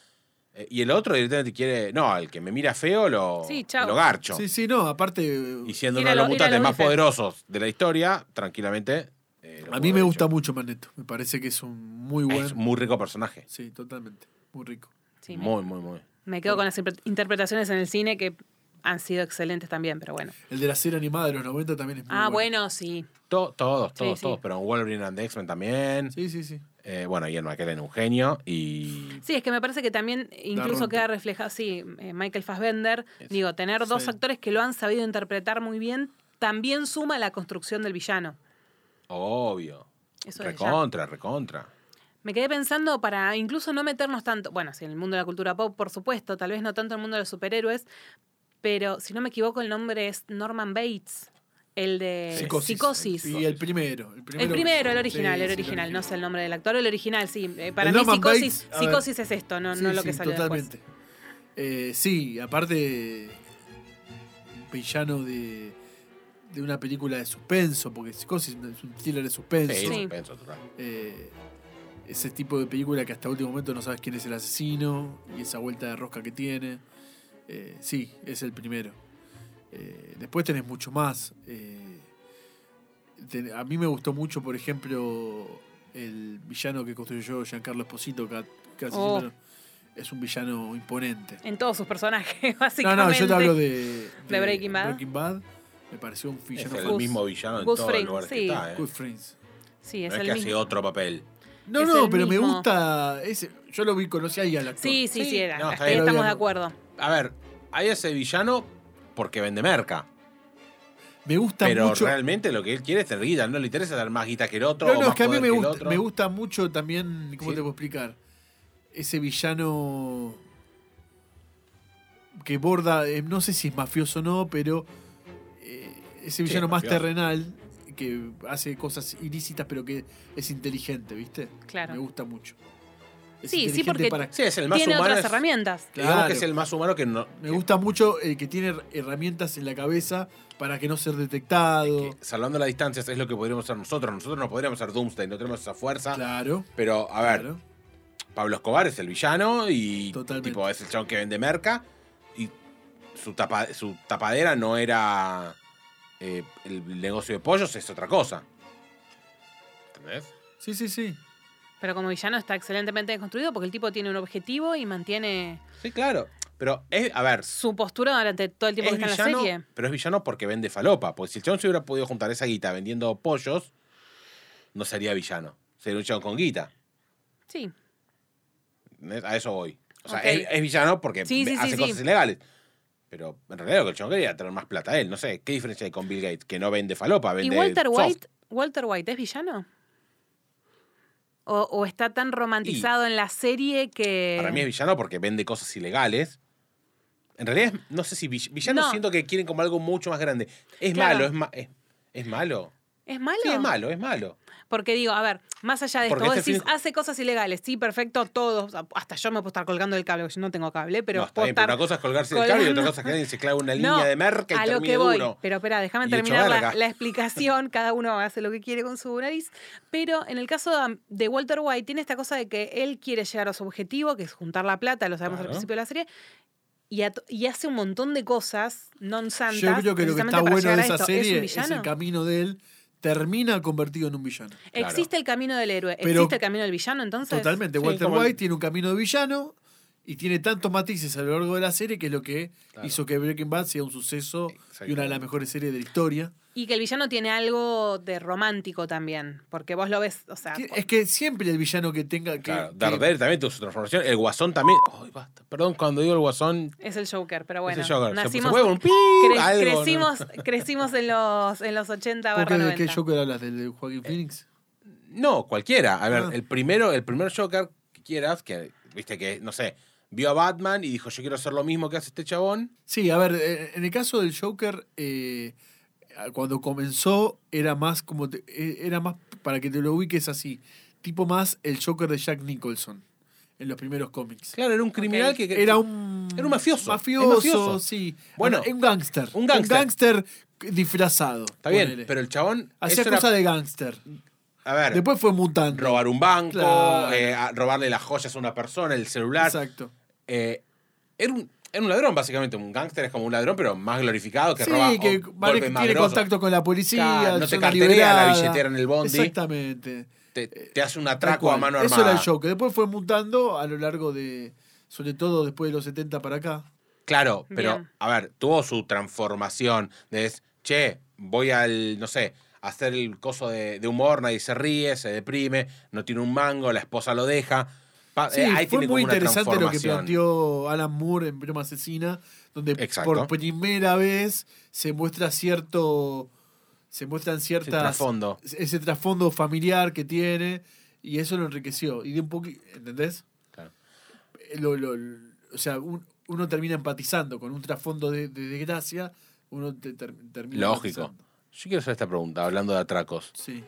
[SPEAKER 5] eh, Y el otro directamente quiere. No, el que me mira feo lo,
[SPEAKER 1] Sí, chau.
[SPEAKER 5] lo garcho.
[SPEAKER 4] Sí, sí, no, aparte.
[SPEAKER 5] Y siendo
[SPEAKER 1] Ir a
[SPEAKER 5] uno de los
[SPEAKER 1] lo- ir a
[SPEAKER 5] mutantes
[SPEAKER 1] lo
[SPEAKER 5] más
[SPEAKER 1] Biffen.
[SPEAKER 5] poderosos de la historia, tranquilamente. eh, lo
[SPEAKER 4] A
[SPEAKER 5] pudo
[SPEAKER 4] mí me
[SPEAKER 5] haber
[SPEAKER 4] gusta
[SPEAKER 5] hecho.
[SPEAKER 4] mucho Magneto. Me parece que es un muy buen.
[SPEAKER 5] Es un muy rico personaje.
[SPEAKER 4] Sí, totalmente. Muy rico.
[SPEAKER 1] Sí, me,
[SPEAKER 5] muy, muy, muy.
[SPEAKER 1] me quedo con las impre- interpretaciones en el cine que han sido excelentes también, pero bueno.
[SPEAKER 4] El de la serie animada de los 90 también es muy
[SPEAKER 1] ah, bueno, sí.
[SPEAKER 5] To- todos, todos,
[SPEAKER 1] sí.
[SPEAKER 5] todos. Pero en Wolverine and the X-Men también.
[SPEAKER 4] Sí, sí, sí.
[SPEAKER 5] Eh, bueno, Ian McKellen, un genio. Y
[SPEAKER 1] Sí, es que me parece que también incluso
[SPEAKER 4] Ronto.
[SPEAKER 1] queda reflejado, sí, eh, Michael Fassbender, digo, tener dos
[SPEAKER 4] Sí.
[SPEAKER 1] actores que lo han sabido interpretar muy bien también suma a la construcción del villano.
[SPEAKER 5] Obvio.
[SPEAKER 1] Eso es ya.
[SPEAKER 5] recontra, recontra.
[SPEAKER 1] Me quedé pensando para incluso no meternos tanto, bueno, sí, en el mundo de la cultura pop, por supuesto, tal vez no tanto en el mundo de los superhéroes, pero si no me equivoco, el nombre es Norman Bates, el de Psicosis.
[SPEAKER 4] Y el primero. El primero,
[SPEAKER 1] El primero, el original,
[SPEAKER 4] Sí,
[SPEAKER 1] el
[SPEAKER 4] sí,
[SPEAKER 1] original, no sé el nombre del actor, el original, sí. Eh, Para
[SPEAKER 4] El
[SPEAKER 1] mí,
[SPEAKER 4] Norman
[SPEAKER 1] psicosis,
[SPEAKER 4] Bates, a ver.
[SPEAKER 1] psicosis es esto, no, no
[SPEAKER 4] Sí,
[SPEAKER 1] lo que
[SPEAKER 4] sí,
[SPEAKER 1] salió
[SPEAKER 4] Totalmente.
[SPEAKER 1] después.
[SPEAKER 4] Eh, sí, aparte, un villano de, de una película de suspenso, porque Psicosis es un thriller de suspenso.
[SPEAKER 5] Sí,
[SPEAKER 1] Sí.
[SPEAKER 5] suspenso, total.
[SPEAKER 4] Eh, ese tipo de película que hasta último momento no sabes quién es el asesino y esa vuelta de rosca que tiene. Eh, sí, es el primero. Eh, después tenés mucho más. Eh, ten- a mí me gustó mucho, por ejemplo, el villano que construyó Giancarlo Esposito, que, que
[SPEAKER 1] Oh.
[SPEAKER 4] asesino- es un villano imponente.
[SPEAKER 1] En todos sus personajes,
[SPEAKER 4] No,
[SPEAKER 1] básicamente.
[SPEAKER 4] no, yo te hablo de,
[SPEAKER 1] De Breaking Bad.
[SPEAKER 4] Me pareció un
[SPEAKER 5] Es
[SPEAKER 4] villano
[SPEAKER 5] el
[SPEAKER 1] Gus-
[SPEAKER 5] mismo villano en
[SPEAKER 1] Gus
[SPEAKER 5] todos los
[SPEAKER 1] Fring,
[SPEAKER 5] lugares
[SPEAKER 1] sí.
[SPEAKER 5] que está, ¿eh?
[SPEAKER 4] Good Friends.
[SPEAKER 1] Sí,
[SPEAKER 5] No
[SPEAKER 1] es
[SPEAKER 5] es que
[SPEAKER 1] el
[SPEAKER 5] hace
[SPEAKER 1] mismo.
[SPEAKER 5] otro papel.
[SPEAKER 4] No,
[SPEAKER 1] Es
[SPEAKER 4] no,
[SPEAKER 1] el
[SPEAKER 4] pero me
[SPEAKER 1] mismo.
[SPEAKER 4] gusta. Ese, yo lo vi, conocí ahí al actor.
[SPEAKER 1] Sí, sí, sí,
[SPEAKER 5] Sí,
[SPEAKER 1] era.
[SPEAKER 5] no,
[SPEAKER 1] Hasta
[SPEAKER 5] está
[SPEAKER 1] ahí
[SPEAKER 5] bien.
[SPEAKER 1] estamos de acuerdo.
[SPEAKER 5] A ver, hay ese villano porque vende merca.
[SPEAKER 4] Me gusta
[SPEAKER 5] Pero
[SPEAKER 4] mucho.
[SPEAKER 5] realmente lo que él quiere es tener guita, no le interesa dar más guita que el otro.
[SPEAKER 4] No,
[SPEAKER 5] o
[SPEAKER 4] no,
[SPEAKER 5] más
[SPEAKER 4] es que a mí
[SPEAKER 5] poder
[SPEAKER 4] me
[SPEAKER 5] el
[SPEAKER 4] gusta,
[SPEAKER 5] otro.
[SPEAKER 4] me gusta mucho también. ¿Cómo
[SPEAKER 5] Sí.
[SPEAKER 4] te puedo explicar? Ese villano que borda, eh, no sé si es mafioso o no, pero eh, ese villano
[SPEAKER 5] es
[SPEAKER 4] más
[SPEAKER 5] mafioso.
[SPEAKER 4] terrenal que hace cosas ilícitas, pero que es inteligente, ¿viste?
[SPEAKER 1] Claro.
[SPEAKER 4] Me gusta mucho. Es
[SPEAKER 1] Sí, sí,
[SPEAKER 4] inteligente
[SPEAKER 1] porque-
[SPEAKER 4] para-
[SPEAKER 5] Sí, es el más
[SPEAKER 1] Tiene
[SPEAKER 5] humano.
[SPEAKER 1] otras
[SPEAKER 5] es-
[SPEAKER 1] herramientas.
[SPEAKER 5] Digamos
[SPEAKER 4] Claro.
[SPEAKER 5] que es el más humano que no.
[SPEAKER 4] Me gusta mucho el que tiene herramientas en la cabeza para que no ser detectado.
[SPEAKER 5] que, salvando las distancias es lo que podríamos hacer nosotros. Nosotros no podríamos ser Doomsday, no tenemos esa fuerza.
[SPEAKER 4] Claro.
[SPEAKER 5] Pero, a ver,
[SPEAKER 4] claro.
[SPEAKER 5] Pablo Escobar es el villano y
[SPEAKER 4] Totalmente.
[SPEAKER 5] tipo es el chabón que vende merca. Y su, tapa, su tapadera no era eh, el negocio de pollos, es otra cosa. ¿Entendés?
[SPEAKER 4] Sí, sí, sí.
[SPEAKER 1] Pero como villano está excelentemente construido porque el tipo tiene un objetivo y mantiene
[SPEAKER 5] Sí, claro. Pero, es, a ver,
[SPEAKER 1] su postura durante todo el tiempo
[SPEAKER 5] es
[SPEAKER 1] que está en la
[SPEAKER 5] villano,
[SPEAKER 1] serie.
[SPEAKER 5] pero es villano porque vende falopa. Porque si el chabón se hubiera podido juntar esa guita vendiendo pollos, no sería villano. Sería un chabón con guita.
[SPEAKER 1] Sí.
[SPEAKER 5] ¿Entendés? A eso voy. O sea,
[SPEAKER 1] Ok.
[SPEAKER 5] es, es villano porque
[SPEAKER 1] Sí, sí, sí,
[SPEAKER 5] hace
[SPEAKER 1] sí.
[SPEAKER 5] cosas ilegales. Pero en realidad lo que el chabón quería era tener más plata él. No sé, ¿qué diferencia hay con Bill Gates? Que no vende falopa,
[SPEAKER 1] ¿Y
[SPEAKER 5] vende
[SPEAKER 1] Walter
[SPEAKER 5] soft.
[SPEAKER 1] White, Walter White es villano? ¿O, o está tan romantizado en la serie que...
[SPEAKER 5] Para mí es villano porque vende cosas ilegales. En realidad, es- no sé si vill- villano
[SPEAKER 1] No.
[SPEAKER 5] siento que quieren como algo mucho más grande. Es
[SPEAKER 1] Claro.
[SPEAKER 5] malo, es, ma- es, es malo.
[SPEAKER 1] ¿Es malo?
[SPEAKER 5] Sí, es malo, es malo.
[SPEAKER 1] Porque digo, a ver, más allá de
[SPEAKER 5] Porque
[SPEAKER 1] esto, vos
[SPEAKER 5] este
[SPEAKER 1] decís,
[SPEAKER 5] fin-
[SPEAKER 1] hace cosas ilegales. Sí, perfecto, todos. Hasta yo me puedo estar colgando el cable, porque yo no tengo cable, pero
[SPEAKER 5] No, está
[SPEAKER 1] puedo
[SPEAKER 5] bien, pero
[SPEAKER 1] estar
[SPEAKER 5] una cosa es colgarse del cable y otra
[SPEAKER 1] colgando-
[SPEAKER 5] cosa es que alguien se clava una
[SPEAKER 1] No,
[SPEAKER 5] línea de merca y
[SPEAKER 1] a lo
[SPEAKER 5] termine
[SPEAKER 1] que voy.
[SPEAKER 5] duro.
[SPEAKER 1] Pero espera, déjame
[SPEAKER 5] Y hecho
[SPEAKER 1] terminar la,
[SPEAKER 5] verga.
[SPEAKER 1] la explicación. Cada uno hace lo que quiere con su nariz. Pero en el caso de Walter White, tiene esta cosa de que él quiere llegar a su objetivo, que es juntar la plata, lo sabemos al
[SPEAKER 5] Claro.
[SPEAKER 1] principio de la serie. Y, a- y hace un montón de cosas non santas.
[SPEAKER 4] Yo creo que lo que
[SPEAKER 1] precisamente
[SPEAKER 4] está
[SPEAKER 1] para
[SPEAKER 4] bueno de
[SPEAKER 1] llegar a
[SPEAKER 4] esa
[SPEAKER 1] esto.
[SPEAKER 4] serie
[SPEAKER 1] ¿Es
[SPEAKER 4] es,
[SPEAKER 1] un
[SPEAKER 4] el
[SPEAKER 1] villano?
[SPEAKER 4] camino de él. Termina convertido en un villano.
[SPEAKER 5] Claro.
[SPEAKER 1] Existe el camino del héroe.
[SPEAKER 4] Pero-
[SPEAKER 1] Existe el camino del villano, entonces.
[SPEAKER 4] Totalmente.
[SPEAKER 5] sí,
[SPEAKER 4] Walter
[SPEAKER 5] como el-
[SPEAKER 4] White tiene un camino de villano y tiene tantos matices a lo largo de la serie que es lo que
[SPEAKER 5] Claro.
[SPEAKER 4] hizo que Breaking Bad sea un suceso y una de las
[SPEAKER 5] Exactamente.
[SPEAKER 4] mejores series de la historia.
[SPEAKER 1] Y que el villano tiene algo de romántico también. Porque vos lo ves, o sea.
[SPEAKER 4] Que- Es que siempre el villano que tenga. Que,
[SPEAKER 5] Claro,
[SPEAKER 4] que-
[SPEAKER 5] Daredevil también tuvo su transformación. El Guasón también. Ay, basta. Perdón, cuando digo el Guasón,
[SPEAKER 1] Es el Joker, pero bueno.
[SPEAKER 5] es el Joker. Se- Se,
[SPEAKER 1] nacimos
[SPEAKER 5] fue con un pi,
[SPEAKER 1] Cre-
[SPEAKER 5] algo, ¿no?
[SPEAKER 1] crecimos, crecimos en los en los 80
[SPEAKER 4] ¿Por
[SPEAKER 1] barra
[SPEAKER 4] qué, de
[SPEAKER 1] 90.
[SPEAKER 4] qué Joker hablas? ¿Del de
[SPEAKER 5] Eh,
[SPEAKER 4] Joaquín Phoenix?
[SPEAKER 5] No, cualquiera. A ver,
[SPEAKER 4] Ah.
[SPEAKER 5] el primero, el primer Joker que quieras, que viste que, no sé, vio a Batman y dijo, yo quiero hacer lo mismo que hace este chabón.
[SPEAKER 4] Sí, a ver, eh, en el caso del Joker, eh, cuando comenzó era más como te- eh, era más para que te lo ubiques así, tipo más el Joker de Jack Nicholson en los primeros cómics.
[SPEAKER 5] Claro, era un criminal que, que-
[SPEAKER 4] Era un
[SPEAKER 5] Era un mafioso.
[SPEAKER 4] mafioso,
[SPEAKER 5] Es mafioso.
[SPEAKER 4] sí.
[SPEAKER 5] Bueno,
[SPEAKER 4] Era un gángster,
[SPEAKER 5] un gángster.
[SPEAKER 4] disfrazado.
[SPEAKER 5] Está bien,
[SPEAKER 4] ponele.
[SPEAKER 5] pero el chabón...
[SPEAKER 4] hacía
[SPEAKER 5] eso era-
[SPEAKER 4] cosas de gángster.
[SPEAKER 5] A ver,
[SPEAKER 4] Después fue mutante.
[SPEAKER 5] robar un banco,
[SPEAKER 4] Claro.
[SPEAKER 5] eh, a- robarle las joyas a una persona, el celular.
[SPEAKER 4] Exacto.
[SPEAKER 5] Eh, era, un, era un ladrón, básicamente. Un gángster es como un ladrón, pero más glorificado que
[SPEAKER 4] sí,
[SPEAKER 5] roba.
[SPEAKER 4] que
[SPEAKER 5] o
[SPEAKER 4] vale,
[SPEAKER 5] golpes
[SPEAKER 4] que
[SPEAKER 5] más
[SPEAKER 4] tiene
[SPEAKER 5] grosos.
[SPEAKER 4] contacto con la policía,
[SPEAKER 5] Claro, no te
[SPEAKER 4] zona
[SPEAKER 5] carterea la
[SPEAKER 4] liberada.
[SPEAKER 5] billetera en el bondi.
[SPEAKER 4] Exactamente.
[SPEAKER 5] Te, te hace un
[SPEAKER 4] Tal
[SPEAKER 5] atraco
[SPEAKER 4] cual.
[SPEAKER 5] a mano
[SPEAKER 4] Eso
[SPEAKER 5] armada.
[SPEAKER 4] era el show, que después fue mutando a lo largo de, sobre todo después de los 70 para acá.
[SPEAKER 5] Claro, pero
[SPEAKER 1] Bien.
[SPEAKER 5] a ver, tuvo su transformación de es, che, voy al, no sé, a hacer el coso de, de humor, nadie se ríe, se deprime, no tiene un mango, la esposa lo deja. Pa-
[SPEAKER 4] Sí,
[SPEAKER 5] eh, ahí tiene
[SPEAKER 4] fue muy
[SPEAKER 5] como una
[SPEAKER 4] interesante lo que
[SPEAKER 5] transformación.
[SPEAKER 4] planteó Alan Moore en Broma Asesina, donde
[SPEAKER 5] Exacto.
[SPEAKER 4] por primera vez se muestra cierto, se muestran ciertas
[SPEAKER 5] trasfondo.
[SPEAKER 4] ese trasfondo familiar que tiene Y eso lo enriqueció. Y de un poquito. ¿Entendés?
[SPEAKER 5] Claro.
[SPEAKER 4] Eh, lo- lo- lo- o sea, un- uno termina empatizando con un trasfondo de, de desgracia. Uno te ter- termina.
[SPEAKER 5] Lógico.
[SPEAKER 4] empatizando.
[SPEAKER 5] Yo quiero hacer esta pregunta, hablando de atracos.
[SPEAKER 4] Sí.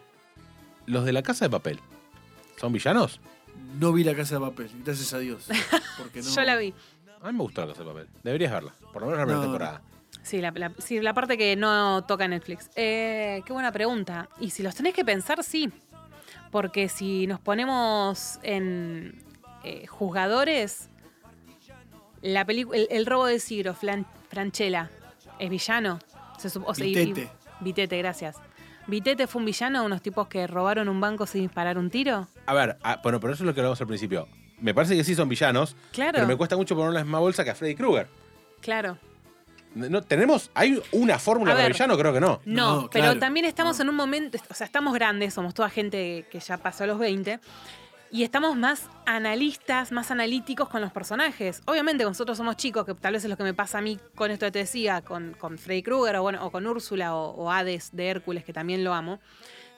[SPEAKER 5] ¿Los de la casa de papel son villanos?
[SPEAKER 4] No vi la casa de papel, gracias a Dios. Porque no,
[SPEAKER 1] Yo la vi.
[SPEAKER 5] A mí me gustó la casa de papel. Deberías verla. Por lo menos la primera
[SPEAKER 4] No.
[SPEAKER 5] temporada.
[SPEAKER 1] Sí la, la- sí, la parte que no toca Netflix. Eh, qué buena pregunta. Y si los tenés que pensar, sí. Porque si nos ponemos en eh, juzgadores, la pelicu- el, el robo de siglo, Flan- Franchella, es villano. Se sup- o sea, y- y-
[SPEAKER 4] Vitete.
[SPEAKER 1] Vitete, gracias. ¿Vitete fue un villano? ¿Unos tipos que robaron un banco sin disparar un tiro?
[SPEAKER 5] A ver, ah, bueno, pero eso es lo que hablamos al principio. Me parece que sí son villanos,
[SPEAKER 1] Claro.
[SPEAKER 5] pero me cuesta mucho poner en la misma bolsa que a Freddy Krueger.
[SPEAKER 1] Claro.
[SPEAKER 5] No, ¿Tenemos? ¿Hay una fórmula
[SPEAKER 1] A
[SPEAKER 5] para
[SPEAKER 1] ver.
[SPEAKER 5] villano? Creo que no.
[SPEAKER 1] No,
[SPEAKER 4] No,
[SPEAKER 1] pero
[SPEAKER 4] claro,
[SPEAKER 1] también estamos en un momento, o sea, estamos grandes, somos toda gente que ya pasó los 20, y estamos más analistas, más analíticos con los personajes. Obviamente nosotros somos chicos, que tal vez es lo que me pasa a mí con esto que te decía, con, con Freddy Krueger o, bueno, o con Úrsula o, o Hades de Hércules, que también lo amo,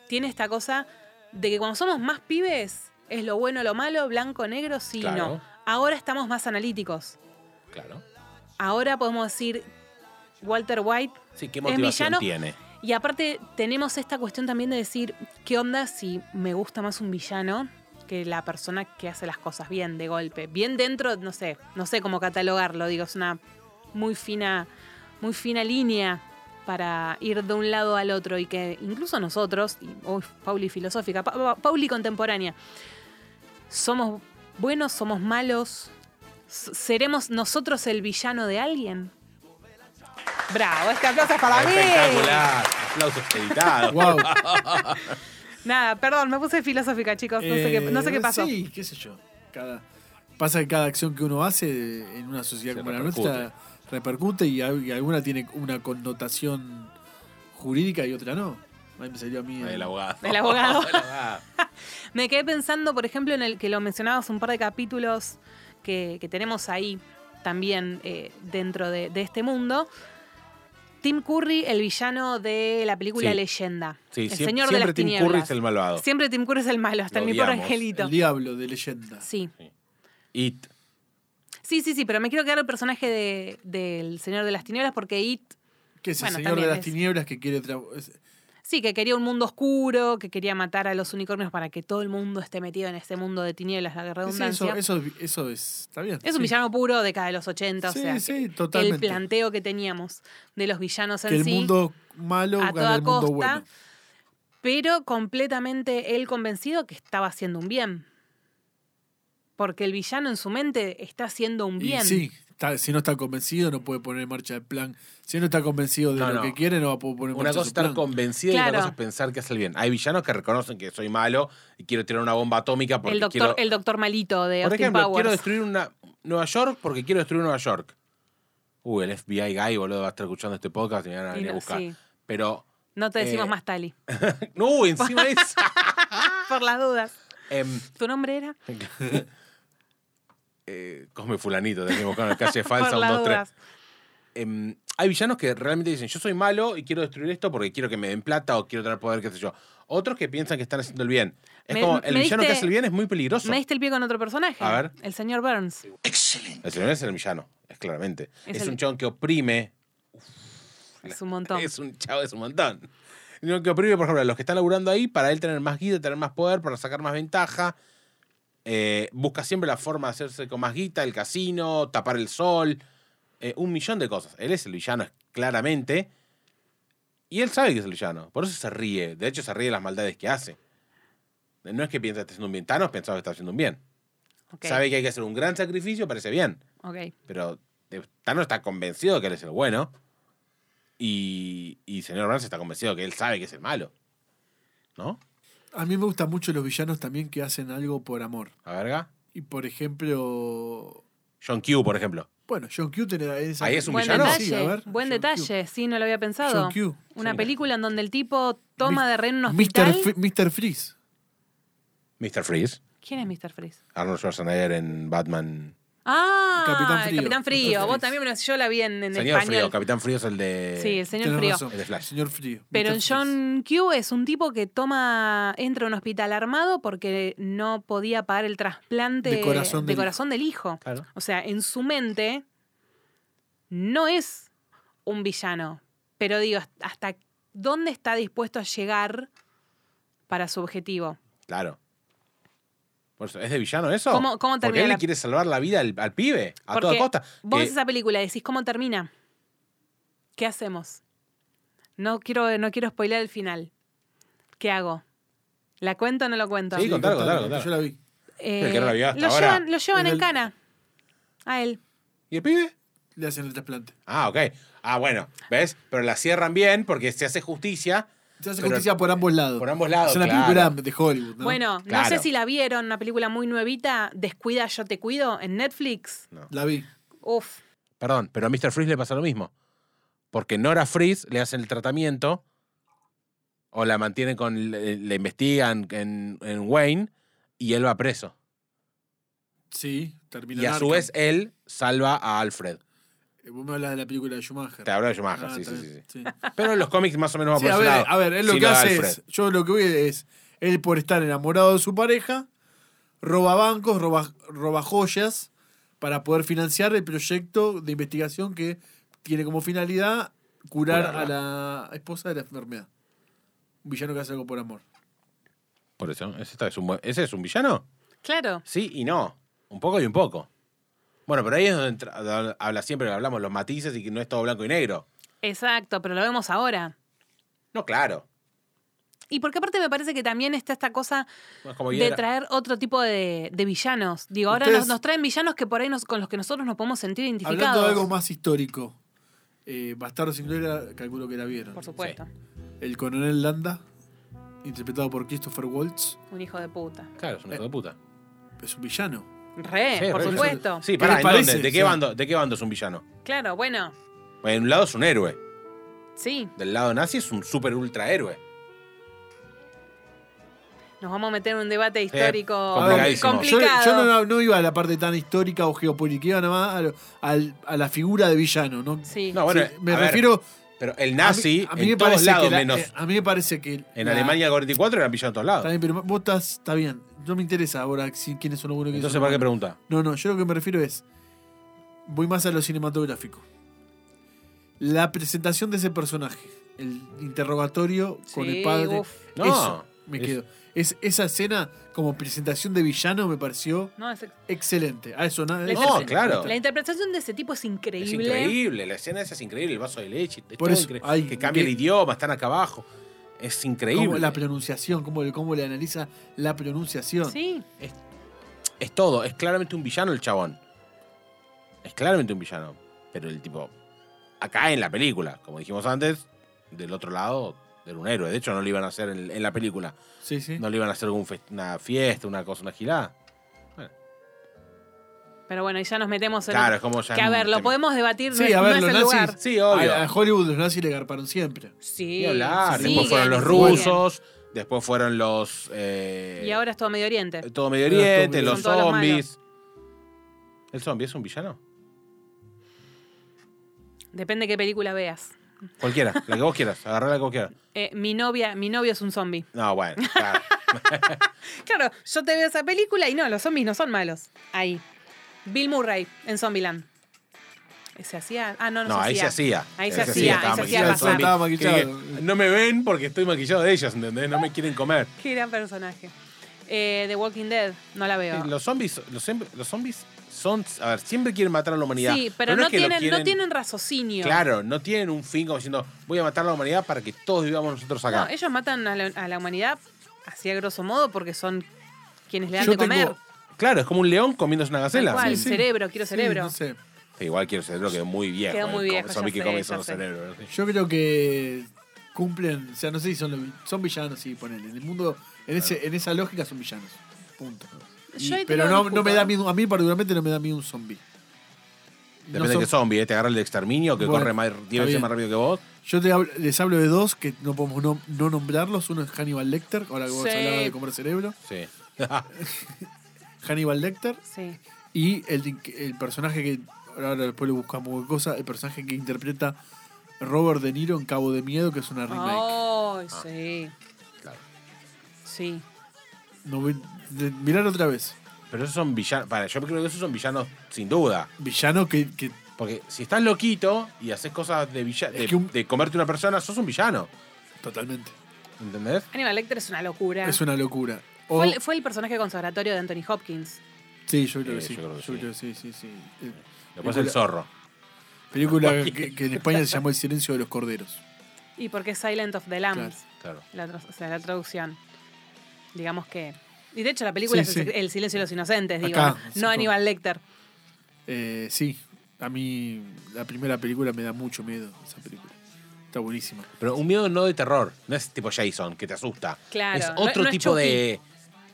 [SPEAKER 1] tiene esta cosa de que cuando somos más pibes, es lo bueno, lo malo, blanco, negro, sí,
[SPEAKER 5] Claro.
[SPEAKER 1] no. Ahora estamos más analíticos.
[SPEAKER 5] Claro.
[SPEAKER 1] Ahora podemos decir Walter White
[SPEAKER 5] Sí, ¿qué
[SPEAKER 1] ¿Es
[SPEAKER 5] motivación
[SPEAKER 1] villano?
[SPEAKER 5] tiene?
[SPEAKER 1] y aparte tenemos esta cuestión también de decir, ¿qué onda si me gusta más un villano que la persona que hace las cosas bien de golpe? Bien dentro, no sé, no sé cómo catalogarlo, digo, es una muy fina, muy fina línea para ir de un lado al otro y que incluso nosotros, y, uy, Pauli filosófica, Pa- Pa- Pauli contemporánea, somos buenos, somos malos, S- seremos nosotros el villano de alguien. Bravo, este aplauso es para mí.
[SPEAKER 5] Espectacular. Aplausos editados.
[SPEAKER 4] Wow.
[SPEAKER 1] Nada, perdón, me puse filosófica, chicos. No, sé, qué, no sé qué pasó.
[SPEAKER 4] Eh, Sí, qué sé yo. Cada, pasa que cada acción que uno hace en una sociedad
[SPEAKER 5] Se
[SPEAKER 4] como
[SPEAKER 5] repercute.
[SPEAKER 4] la nuestra repercute y, al- y alguna tiene una connotación jurídica y otra no. Ahí me salió a mí.
[SPEAKER 5] El abogado.
[SPEAKER 1] El abogado.
[SPEAKER 5] El abogado.
[SPEAKER 1] Me quedé pensando, por ejemplo, en el que lo mencionabas un par de capítulos que, que tenemos ahí también eh, dentro de, de este mundo. Tim Curry, el villano de la película
[SPEAKER 5] Sí.
[SPEAKER 1] Leyenda.
[SPEAKER 5] Sí,
[SPEAKER 1] el
[SPEAKER 5] siempre,
[SPEAKER 1] señor de
[SPEAKER 5] siempre
[SPEAKER 1] las
[SPEAKER 5] Tim
[SPEAKER 1] tinieblas.
[SPEAKER 5] Curry es el malvado.
[SPEAKER 1] Siempre Tim Curry es el malo, hasta
[SPEAKER 5] Lo
[SPEAKER 1] en mi pobre
[SPEAKER 5] odiamos.
[SPEAKER 1] angelito.
[SPEAKER 4] El diablo de leyenda.
[SPEAKER 1] Sí.
[SPEAKER 5] It.
[SPEAKER 1] sí, sí, sí, pero me quiero quedar el personaje de- del Señor de las Tinieblas porque It
[SPEAKER 4] Que es el
[SPEAKER 1] Bueno,
[SPEAKER 4] señor de
[SPEAKER 1] también
[SPEAKER 4] las
[SPEAKER 1] es-
[SPEAKER 4] tinieblas que quiere. tra- es-
[SPEAKER 1] Sí, que quería un mundo oscuro, que quería matar a los unicornios para que todo el mundo esté metido en este mundo de tinieblas, la
[SPEAKER 4] es
[SPEAKER 1] redundancia.
[SPEAKER 4] eso, eso, eso es. Está bien.
[SPEAKER 1] es un
[SPEAKER 4] sí.
[SPEAKER 1] villano puro de cada de los 80,
[SPEAKER 4] Sí,
[SPEAKER 1] o sea,
[SPEAKER 4] sí,
[SPEAKER 1] que-
[SPEAKER 4] totalmente.
[SPEAKER 1] el planteo que teníamos de los villanos en
[SPEAKER 4] Que el
[SPEAKER 1] sí,
[SPEAKER 4] mundo malo
[SPEAKER 1] a
[SPEAKER 4] gana
[SPEAKER 1] toda
[SPEAKER 4] el mundo
[SPEAKER 1] costa,
[SPEAKER 4] bueno.
[SPEAKER 1] pero completamente él convencido que estaba haciendo un bien. Porque el villano en su mente está haciendo un bien.
[SPEAKER 4] Y sí, está- si no está convencido, no puede poner en marcha el plan. Si no está convencido de
[SPEAKER 5] No,
[SPEAKER 4] lo
[SPEAKER 5] no.
[SPEAKER 4] que quiere, no va a poder poner en
[SPEAKER 5] Una
[SPEAKER 4] marcha
[SPEAKER 5] cosa es
[SPEAKER 4] su
[SPEAKER 5] estar
[SPEAKER 4] plan.
[SPEAKER 5] convencida y
[SPEAKER 1] Claro.
[SPEAKER 5] otra cosa es pensar que hace el bien. Hay villanos que reconocen que soy malo y quiero tirar una bomba atómica porque
[SPEAKER 1] el doctor,
[SPEAKER 5] quiero...
[SPEAKER 1] el doctor malito de
[SPEAKER 5] por
[SPEAKER 1] Austin
[SPEAKER 5] ejemplo,
[SPEAKER 1] Powers.
[SPEAKER 5] quiero destruir una Nueva York porque quiero destruir Nueva York. Uh, el FBI guy, boludo, va a estar escuchando este podcast y me van a
[SPEAKER 1] Y
[SPEAKER 5] venir a
[SPEAKER 1] no,
[SPEAKER 5] buscar.
[SPEAKER 1] sí.
[SPEAKER 5] Pero...
[SPEAKER 1] No te decimos
[SPEAKER 5] eh,
[SPEAKER 1] más Tali,
[SPEAKER 5] No, encima es...
[SPEAKER 1] por las dudas.
[SPEAKER 5] Em,
[SPEAKER 1] ¿Tu nombre era?
[SPEAKER 5] eh, Cosme Fulanito, tenés que buscar en la calle falsa,
[SPEAKER 1] por
[SPEAKER 5] 1,
[SPEAKER 1] las
[SPEAKER 5] 2, 3.
[SPEAKER 1] dudas.
[SPEAKER 5] em, hay villanos que realmente dicen, yo soy malo y quiero destruir esto porque quiero que me den plata o quiero tener poder, qué sé yo. Otros que piensan que están haciendo el bien. Es
[SPEAKER 1] Me-
[SPEAKER 5] como,
[SPEAKER 1] me
[SPEAKER 5] el villano que
[SPEAKER 1] diste-
[SPEAKER 5] hace el bien es muy peligroso.
[SPEAKER 1] Me diste el pie con otro personaje.
[SPEAKER 5] A ver.
[SPEAKER 1] El señor Burns.
[SPEAKER 5] El señor es el villano, es claramente.
[SPEAKER 1] Es
[SPEAKER 5] Es,
[SPEAKER 1] el-
[SPEAKER 5] un chabón que oprime.
[SPEAKER 1] Es un montón.
[SPEAKER 5] Es un chavo, es un montón. Un chabón que oprime, por ejemplo, a los que están laburando ahí para él tener más guita, tener más poder, para sacar más ventaja. Eh, busca siempre la forma de hacerse con más guita, el casino, tapar el sol, eh, un millón de cosas. Él es el villano, es- claramente. Y él sabe que es el villano. Por eso se ríe. De hecho, se ríe de las maldades que hace. No es que piensa que está haciendo un bien. Thanos pensaba que está haciendo un bien.
[SPEAKER 1] Ok,
[SPEAKER 5] Sabe que hay que hacer un gran sacrificio, parece bien.
[SPEAKER 1] ok.
[SPEAKER 5] Pero eh, Thanos está convencido de que él es el bueno. Y, y señor Burns está convencido de que él sabe que es el malo. ¿No?
[SPEAKER 4] A mí me gustan mucho los villanos también que hacen algo por amor.
[SPEAKER 5] A verga.
[SPEAKER 4] Y por ejemplo.
[SPEAKER 5] John Q, por ejemplo.
[SPEAKER 4] Bueno, John Q tenía esa.
[SPEAKER 5] Ahí es un
[SPEAKER 1] Buen
[SPEAKER 5] villano?
[SPEAKER 1] detalle,
[SPEAKER 4] Sí, a ver,
[SPEAKER 1] buen
[SPEAKER 4] John
[SPEAKER 1] detalle, sí, no lo había pensado.
[SPEAKER 4] John Q.
[SPEAKER 1] Una
[SPEAKER 5] Sí.
[SPEAKER 1] película en donde el tipo toma
[SPEAKER 4] Mi-
[SPEAKER 1] de rehén un
[SPEAKER 4] Mr.
[SPEAKER 1] hospital.
[SPEAKER 4] Fre- Mr. Freeze.
[SPEAKER 5] Mr. Freeze.
[SPEAKER 1] ¿Quién es Mr. Freeze?
[SPEAKER 5] Arnold Schwarzenegger en Batman.
[SPEAKER 1] Ah,
[SPEAKER 4] Capitán
[SPEAKER 1] el
[SPEAKER 4] Frío.
[SPEAKER 1] Capitán Frío.
[SPEAKER 4] Capitán
[SPEAKER 1] Vos
[SPEAKER 4] Frío.
[SPEAKER 1] también me lo yo la vi en, en
[SPEAKER 5] Señor
[SPEAKER 1] español.
[SPEAKER 5] Frío, Capitán Frío es el de.
[SPEAKER 1] sí, el señor
[SPEAKER 4] Tenés
[SPEAKER 1] Frío.
[SPEAKER 4] razón,
[SPEAKER 5] El de Flash.
[SPEAKER 4] Señor Frío.
[SPEAKER 1] Pero en
[SPEAKER 4] Mr. Freeze.
[SPEAKER 1] John Q es un tipo que toma, entra a un hospital armado porque no podía pagar el trasplante
[SPEAKER 4] De corazón del
[SPEAKER 1] corazón del hijo.
[SPEAKER 5] Claro.
[SPEAKER 1] O sea, en su mente no es un villano. Pero digo, ¿hasta dónde está dispuesto a llegar para su objetivo?
[SPEAKER 5] Claro. Por eso, ¿Es de villano eso?
[SPEAKER 1] ¿Cómo- cómo
[SPEAKER 5] Porque
[SPEAKER 1] termina
[SPEAKER 5] él
[SPEAKER 1] la-
[SPEAKER 5] le quiere salvar la vida al, al pibe, a toda costa. Eh,
[SPEAKER 1] Vos
[SPEAKER 5] Que-
[SPEAKER 1] ves esa película y decís, ¿cómo termina? ¿Qué hacemos? No quiero, no quiero spoiler el final. ¿Qué hago? ¿La cuento o no lo cuento?
[SPEAKER 5] Sí, contalo, contalo, contalo.
[SPEAKER 4] Yo la vi.
[SPEAKER 1] Eh,
[SPEAKER 5] El que no la vio hasta
[SPEAKER 1] lo,
[SPEAKER 5] ahora.
[SPEAKER 1] Llevan, lo llevan
[SPEAKER 4] El
[SPEAKER 1] en
[SPEAKER 4] del-
[SPEAKER 1] cana. A él.
[SPEAKER 5] ¿Y el pibe?
[SPEAKER 4] Le hacen el trasplante.
[SPEAKER 5] Ah, ok. Ah, bueno, ¿ves? Pero la cierran bien porque se hace justicia.
[SPEAKER 4] Se hace
[SPEAKER 5] Pero-
[SPEAKER 4] justicia por ambos lados.
[SPEAKER 5] por ambos lados,
[SPEAKER 4] Es una
[SPEAKER 5] claro.
[SPEAKER 4] película de Hollywood, ¿no?
[SPEAKER 1] Bueno, no sé
[SPEAKER 5] Claro.
[SPEAKER 1] si la vieron, una película muy nuevita, Descuida, yo te cuido, en Netflix.
[SPEAKER 4] La vi.
[SPEAKER 1] Uf.
[SPEAKER 5] Perdón, pero a Mr. Freeze le pasa lo mismo. Porque Nora Freeze le hacen el tratamiento o la mantienen con. le, le investigan en, en Wayne y él va preso.
[SPEAKER 4] Sí, termina
[SPEAKER 5] y a
[SPEAKER 4] en
[SPEAKER 5] su
[SPEAKER 4] Arkham.
[SPEAKER 5] vez él salva a Alfred.
[SPEAKER 4] Eh, Vos me hablas de la película de Schumacher.
[SPEAKER 5] Te hablo de Schumacher,
[SPEAKER 4] Ah,
[SPEAKER 5] sí,
[SPEAKER 4] está
[SPEAKER 5] sí, sí,
[SPEAKER 4] bien,
[SPEAKER 5] sí. Pero en los cómics más o menos va
[SPEAKER 4] Sí,
[SPEAKER 5] por
[SPEAKER 4] a,
[SPEAKER 5] ese
[SPEAKER 4] ver,
[SPEAKER 5] lado.
[SPEAKER 4] a ver, él lo
[SPEAKER 5] Sí,
[SPEAKER 4] que
[SPEAKER 5] no de
[SPEAKER 4] hace
[SPEAKER 5] Alfred.
[SPEAKER 4] es, yo lo que voy es, él por estar enamorado de su pareja, roba bancos, roba, roba joyas para poder financiar el proyecto de investigación que tiene como finalidad curar a la esposa de la enfermedad. Un villano que hace algo por amor.
[SPEAKER 5] Por eso, ese, está- es un buen- ese es un villano.
[SPEAKER 1] Claro.
[SPEAKER 5] Sí y no. Un poco y un poco. Bueno, pero ahí es donde entra- donde habla siempre, hablamos los matices y que no es todo blanco y negro.
[SPEAKER 1] Exacto, pero lo vemos ahora.
[SPEAKER 5] No, claro.
[SPEAKER 1] Y porque aparte me parece que también está esta cosa
[SPEAKER 5] No es como
[SPEAKER 1] de
[SPEAKER 5] Hiedra.
[SPEAKER 1] traer otro tipo de, de villanos. Digo, ahora
[SPEAKER 4] Ustedes-
[SPEAKER 1] nos, nos traen villanos que por ahí nos- con los que nosotros nos podemos sentir identificados.
[SPEAKER 4] Hablando de algo más histórico, eh, Bastardo sin Gloria, calculo que la vieron.
[SPEAKER 1] Por supuesto.
[SPEAKER 4] El coronel Landa, interpretado por Christopher Waltz,
[SPEAKER 1] Un hijo de puta.
[SPEAKER 5] Claro, es un hijo de puta.
[SPEAKER 4] es un villano.
[SPEAKER 1] Re,
[SPEAKER 5] Sí,
[SPEAKER 1] por
[SPEAKER 5] re,
[SPEAKER 1] supuesto.
[SPEAKER 5] Sí,
[SPEAKER 4] ¿Qué
[SPEAKER 5] pará,
[SPEAKER 4] les
[SPEAKER 5] ¿en
[SPEAKER 4] parece?
[SPEAKER 5] dónde? ¿De qué,
[SPEAKER 4] Sí.
[SPEAKER 5] bando, ¿De qué bando es un villano?
[SPEAKER 1] Claro, bueno,
[SPEAKER 5] En un lado es un héroe.
[SPEAKER 1] sí.
[SPEAKER 5] Del lado nazi es un super ultra héroe.
[SPEAKER 1] Nos vamos a meter en un debate histórico
[SPEAKER 4] A ver,
[SPEAKER 5] Eh, Complicadísimo.
[SPEAKER 4] Yo,
[SPEAKER 1] complicado.
[SPEAKER 4] yo no, no iba a la parte tan histórica o geopolítica, iba nada más a, lo- al- a la figura de villano. ¿no?
[SPEAKER 1] Sí.
[SPEAKER 5] No, Ah, bueno,
[SPEAKER 4] Sí, me
[SPEAKER 5] a ver,
[SPEAKER 4] refiero.
[SPEAKER 5] Pero el
[SPEAKER 4] a mí-
[SPEAKER 5] nazi,
[SPEAKER 4] a mí, me
[SPEAKER 5] en todos
[SPEAKER 4] parece
[SPEAKER 5] lados,
[SPEAKER 4] que la-
[SPEAKER 5] menos
[SPEAKER 4] eh, a mí me parece que.
[SPEAKER 5] en
[SPEAKER 4] la-
[SPEAKER 5] Alemania del 44, era villano en todos
[SPEAKER 4] Está
[SPEAKER 5] lados.
[SPEAKER 4] bien, pero vos estás. Está bien. No me interesa ahora si, quiénes son los buenos y quiénes
[SPEAKER 5] Entonces,
[SPEAKER 4] son
[SPEAKER 5] ¿para qué
[SPEAKER 4] los malos.
[SPEAKER 5] pregunta?
[SPEAKER 4] No, no, yo lo que me refiero es. Voy más a lo cinematográfico. La presentación de ese personaje, el interrogatorio con
[SPEAKER 1] Sí,
[SPEAKER 4] el padre.
[SPEAKER 1] uf.
[SPEAKER 5] No,
[SPEAKER 4] eso me
[SPEAKER 5] es-
[SPEAKER 4] quedo. Es, esa escena como presentación de villano me pareció
[SPEAKER 1] No, es ex-
[SPEAKER 4] excelente. A eso nada.
[SPEAKER 1] La
[SPEAKER 5] No,
[SPEAKER 1] interpretación-
[SPEAKER 5] claro.
[SPEAKER 1] La interpretación de ese tipo es
[SPEAKER 5] Es
[SPEAKER 1] increíble.
[SPEAKER 5] increíble, la escena esa es increíble, el vaso de leche, es
[SPEAKER 4] Por
[SPEAKER 5] todo
[SPEAKER 4] eso,
[SPEAKER 5] incre-
[SPEAKER 4] ay,
[SPEAKER 5] que cambia
[SPEAKER 4] qué-
[SPEAKER 5] el idioma, están acá abajo. Es
[SPEAKER 4] Cómo
[SPEAKER 5] increíble.
[SPEAKER 4] la pronunciación, cómo, le- cómo le analiza la pronunciación.
[SPEAKER 1] Sí.
[SPEAKER 5] Es todo, es claramente un villano el chabón. Es claramente un villano. Pero el tipo, acá en la película, como dijimos antes, del otro lado era un héroe. De hecho, no lo iban a hacer en, en la película.
[SPEAKER 4] Sí, sí.
[SPEAKER 5] No le iban a hacer un fest- una fiesta, una cosa, una gilada.
[SPEAKER 1] Pero bueno, y ya nos metemos en.
[SPEAKER 5] Claro, es como ya
[SPEAKER 1] que a
[SPEAKER 5] en-
[SPEAKER 1] ver, lo
[SPEAKER 5] tem-
[SPEAKER 1] podemos debatir.
[SPEAKER 4] Sí,
[SPEAKER 1] no,
[SPEAKER 4] a ver,
[SPEAKER 1] no
[SPEAKER 4] los
[SPEAKER 1] es el
[SPEAKER 4] nazis.
[SPEAKER 1] lugar.
[SPEAKER 5] Sí, obvio.
[SPEAKER 4] A, a Hollywood los nazis le garparon siempre.
[SPEAKER 1] Sí.
[SPEAKER 5] Ni hablar.
[SPEAKER 1] siguen,
[SPEAKER 5] después fueron los
[SPEAKER 1] siguen.
[SPEAKER 5] rusos, después fueron los. eh,
[SPEAKER 1] Y ahora es todo Medio Oriente.
[SPEAKER 5] Todo Medio
[SPEAKER 4] Ahora es todo
[SPEAKER 5] Oriente,
[SPEAKER 4] Medio
[SPEAKER 5] los
[SPEAKER 1] Son todos los
[SPEAKER 5] zombies. ¿El zombie es un villano?
[SPEAKER 1] Depende qué película veas.
[SPEAKER 5] Cualquiera, la que vos quieras, agarrá la que vos quieras.
[SPEAKER 1] Eh, mi novia, mi novio es un zombie.
[SPEAKER 5] No, bueno, claro.
[SPEAKER 1] Claro, yo te veo esa película y no, los zombies no son malos. Ahí. Bill Murray en Zombieland. Se hacía. Ah, no, no,
[SPEAKER 5] No, ahí se hacía.
[SPEAKER 1] Ahí se
[SPEAKER 4] hacía,
[SPEAKER 5] estaba
[SPEAKER 4] ahí se hacía
[SPEAKER 5] maquillado el
[SPEAKER 4] pasar.
[SPEAKER 5] zombie.
[SPEAKER 4] Estaba maquillado.
[SPEAKER 5] Que- que No me ven porque estoy maquillado de ellas, ¿entendés? No me quieren comer.
[SPEAKER 1] Qué gran personaje. Eh, The Walking Dead, no la veo.
[SPEAKER 5] Eh, Los zombies, los, sem- los zombies son. A ver, siempre quieren matar a la humanidad.
[SPEAKER 1] Sí, pero
[SPEAKER 5] es
[SPEAKER 1] no,
[SPEAKER 5] que lo
[SPEAKER 1] tienen, no tienen raciocinio.
[SPEAKER 5] Claro, no tienen un fin como diciendo, voy a matar a la humanidad para que todos vivamos nosotros acá.
[SPEAKER 1] No, ellos matan a la, a la humanidad así a grosso modo porque son quienes le dan
[SPEAKER 4] Yo
[SPEAKER 1] de comer.
[SPEAKER 4] tengo-
[SPEAKER 5] Claro, es como un león comiéndose una
[SPEAKER 1] Tal
[SPEAKER 5] gacela.
[SPEAKER 1] cual,
[SPEAKER 5] Sí, sí.
[SPEAKER 1] cerebro, quiero
[SPEAKER 4] Sí,
[SPEAKER 1] cerebro.
[SPEAKER 4] no sé.
[SPEAKER 5] Sí, igual quiero cerebro, quedó muy viejo.
[SPEAKER 1] Quedó
[SPEAKER 5] el
[SPEAKER 1] muy
[SPEAKER 5] co-
[SPEAKER 1] viejo,
[SPEAKER 5] zombie
[SPEAKER 1] ya
[SPEAKER 5] que
[SPEAKER 1] sé,
[SPEAKER 5] come
[SPEAKER 1] ya
[SPEAKER 5] solo
[SPEAKER 1] sé.
[SPEAKER 5] cerebro. sí.
[SPEAKER 4] Yo creo que cumplen, o sea, no sé si son, los- son villanos, sí, ponele. En el mundo, en, ese, en esa lógica son villanos. Punto. Y-
[SPEAKER 1] Yo ahí te
[SPEAKER 4] pero
[SPEAKER 1] lo
[SPEAKER 4] no,
[SPEAKER 1] discuto.
[SPEAKER 4] no me da miedo, a mí particularmente no me da miedo un zombie. No
[SPEAKER 5] Depende de
[SPEAKER 4] son-
[SPEAKER 5] qué zombie, ¿eh? te agarra el de exterminio que
[SPEAKER 4] Bueno,
[SPEAKER 5] corre más,
[SPEAKER 4] está
[SPEAKER 5] 10 veces
[SPEAKER 4] bien.
[SPEAKER 5] más rápido que vos.
[SPEAKER 4] Yo te hablo- les hablo de dos que no podemos no, no nombrarlos. Uno es Hannibal Lecter, ahora que vos
[SPEAKER 1] Sí.
[SPEAKER 4] hablabas de comer cerebro.
[SPEAKER 5] Sí.
[SPEAKER 4] Hannibal Lecter
[SPEAKER 1] Sí.
[SPEAKER 4] Y el, el personaje que. Ahora después le buscamos cualquier cosa. El personaje que interpreta Robert De Niro en Cabo de Miedo, que es una remake.
[SPEAKER 1] Ay, sí,
[SPEAKER 5] Ah, Claro.
[SPEAKER 1] sí.
[SPEAKER 4] No, vi- de- mirar otra vez.
[SPEAKER 5] Pero esos son villanos. Para, yo creo que esos son villanos sin duda.
[SPEAKER 4] Villano que, que
[SPEAKER 5] Porque si estás loquito y haces cosas de villa-
[SPEAKER 4] Es
[SPEAKER 5] de-
[SPEAKER 4] que un-
[SPEAKER 5] de comerte una persona, sos un villano.
[SPEAKER 4] totalmente.
[SPEAKER 5] ¿Entendés?
[SPEAKER 1] Animal Lecter es una locura.
[SPEAKER 4] Es una locura. O-
[SPEAKER 1] Fue, el, fue el personaje consagratorio de Anthony Hopkins.
[SPEAKER 4] sí, yo creo que
[SPEAKER 5] Eh,
[SPEAKER 4] sí. Yo creo que sí, sí, sí. Eh,
[SPEAKER 5] Después el zorro.
[SPEAKER 4] Película que, que en España se llamó El silencio de los corderos.
[SPEAKER 1] Y porque es Silent of the Lambs.
[SPEAKER 5] Claro.
[SPEAKER 1] La, tra- o sea, la traducción. Digamos que. Y de hecho, la película
[SPEAKER 4] Sí,
[SPEAKER 1] es el-
[SPEAKER 4] sí.
[SPEAKER 1] El Silencio de los Inocentes, digo.
[SPEAKER 4] Acá,
[SPEAKER 1] no-
[SPEAKER 4] sí,
[SPEAKER 1] no
[SPEAKER 4] por-
[SPEAKER 1] Aníbal Lecter.
[SPEAKER 4] Eh, sí, a mí la primera película me da mucho miedo. Esa película está buenísima.
[SPEAKER 5] Pero un miedo no de terror. No es tipo Jason, que te asusta.
[SPEAKER 1] Claro,
[SPEAKER 5] Es
[SPEAKER 1] no-
[SPEAKER 5] otro
[SPEAKER 1] no es
[SPEAKER 5] tipo de.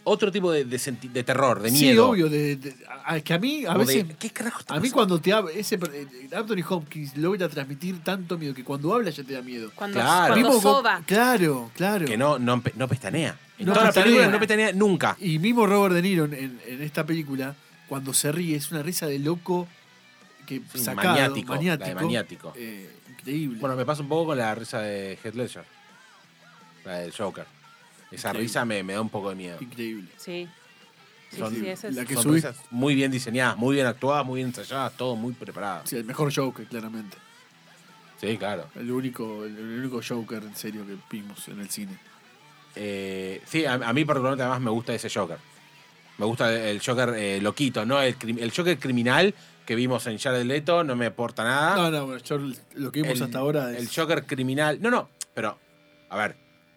[SPEAKER 5] Otro tipo de, de senti- de terror, de miedo.
[SPEAKER 4] Sí, obvio. de- de- a- a- que a mí, a
[SPEAKER 5] Como de,
[SPEAKER 4] veces.
[SPEAKER 5] ¿Qué carajo está
[SPEAKER 4] A mí, cuando te habla. Ese, per- eh, Anthony Hopkins logra transmitir tanto miedo que cuando habla ya te da miedo.
[SPEAKER 1] Cuando,
[SPEAKER 5] Claro.
[SPEAKER 1] cuando
[SPEAKER 4] Mismo con-
[SPEAKER 1] soba.
[SPEAKER 4] claro, claro.
[SPEAKER 5] Que no, no, pe- no pestanea. En
[SPEAKER 4] No
[SPEAKER 5] todas las películas
[SPEAKER 4] pestanea.
[SPEAKER 5] no pestanea nunca.
[SPEAKER 4] Y mismo Robert De Niro en, en- en esta película, cuando se ríe, es una risa de loco que
[SPEAKER 5] Sí,
[SPEAKER 4] sacado,
[SPEAKER 5] maniático, la de maniático.
[SPEAKER 4] eh, increíble.
[SPEAKER 5] Bueno, me pasa un poco con la risa de Heath Ledger. La del Joker. Esa
[SPEAKER 4] Increíble.
[SPEAKER 5] risa me, me da un poco de miedo.
[SPEAKER 4] increíble.
[SPEAKER 1] Sí. Sí,
[SPEAKER 5] Son-
[SPEAKER 1] sí, ese es-
[SPEAKER 4] la que-
[SPEAKER 5] Son
[SPEAKER 4] subí.
[SPEAKER 5] risas muy bien diseñadas, muy bien actuadas, muy bien ensayadas, todo muy preparado. Sí,
[SPEAKER 4] Sí, el mejor Joker, claramente.
[SPEAKER 5] claro.
[SPEAKER 4] El único, el, el único Joker en serio que vimos en el cine.
[SPEAKER 5] Eh, sí, a, a mí particularmente además me gusta ese Joker. Me gusta el, el Joker eh, loquito, ¿no? El, crim- el Joker criminal que vimos en Jared Leto no me aporta nada.
[SPEAKER 4] No, no, bueno, yo lo que vimos
[SPEAKER 5] Ah. el,
[SPEAKER 4] hasta ahora es.
[SPEAKER 5] El Joker criminal. No, no, pero, a ver,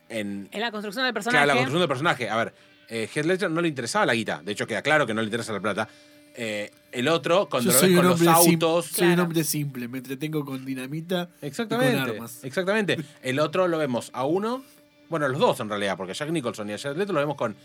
[SPEAKER 5] en,
[SPEAKER 1] En la construcción del personaje.
[SPEAKER 5] Claro, la construcción del personaje. A ver, eh, Heath Ledger no le interesaba la guita. De hecho, queda claro que no le interesa la plata. Eh, el otro, cuando
[SPEAKER 4] yo
[SPEAKER 5] lo ves
[SPEAKER 4] soy un
[SPEAKER 5] con los
[SPEAKER 4] hombre sim-
[SPEAKER 5] autos.
[SPEAKER 4] soy un
[SPEAKER 1] Claro.
[SPEAKER 4] hombre simple, me entretengo con dinamita.
[SPEAKER 5] Exactamente.
[SPEAKER 4] y con armas.
[SPEAKER 5] Exactamente. El otro lo vemos a uno. Bueno, a los dos en realidad, porque a Jack Nicholson y a Jared Leto lo vemos con.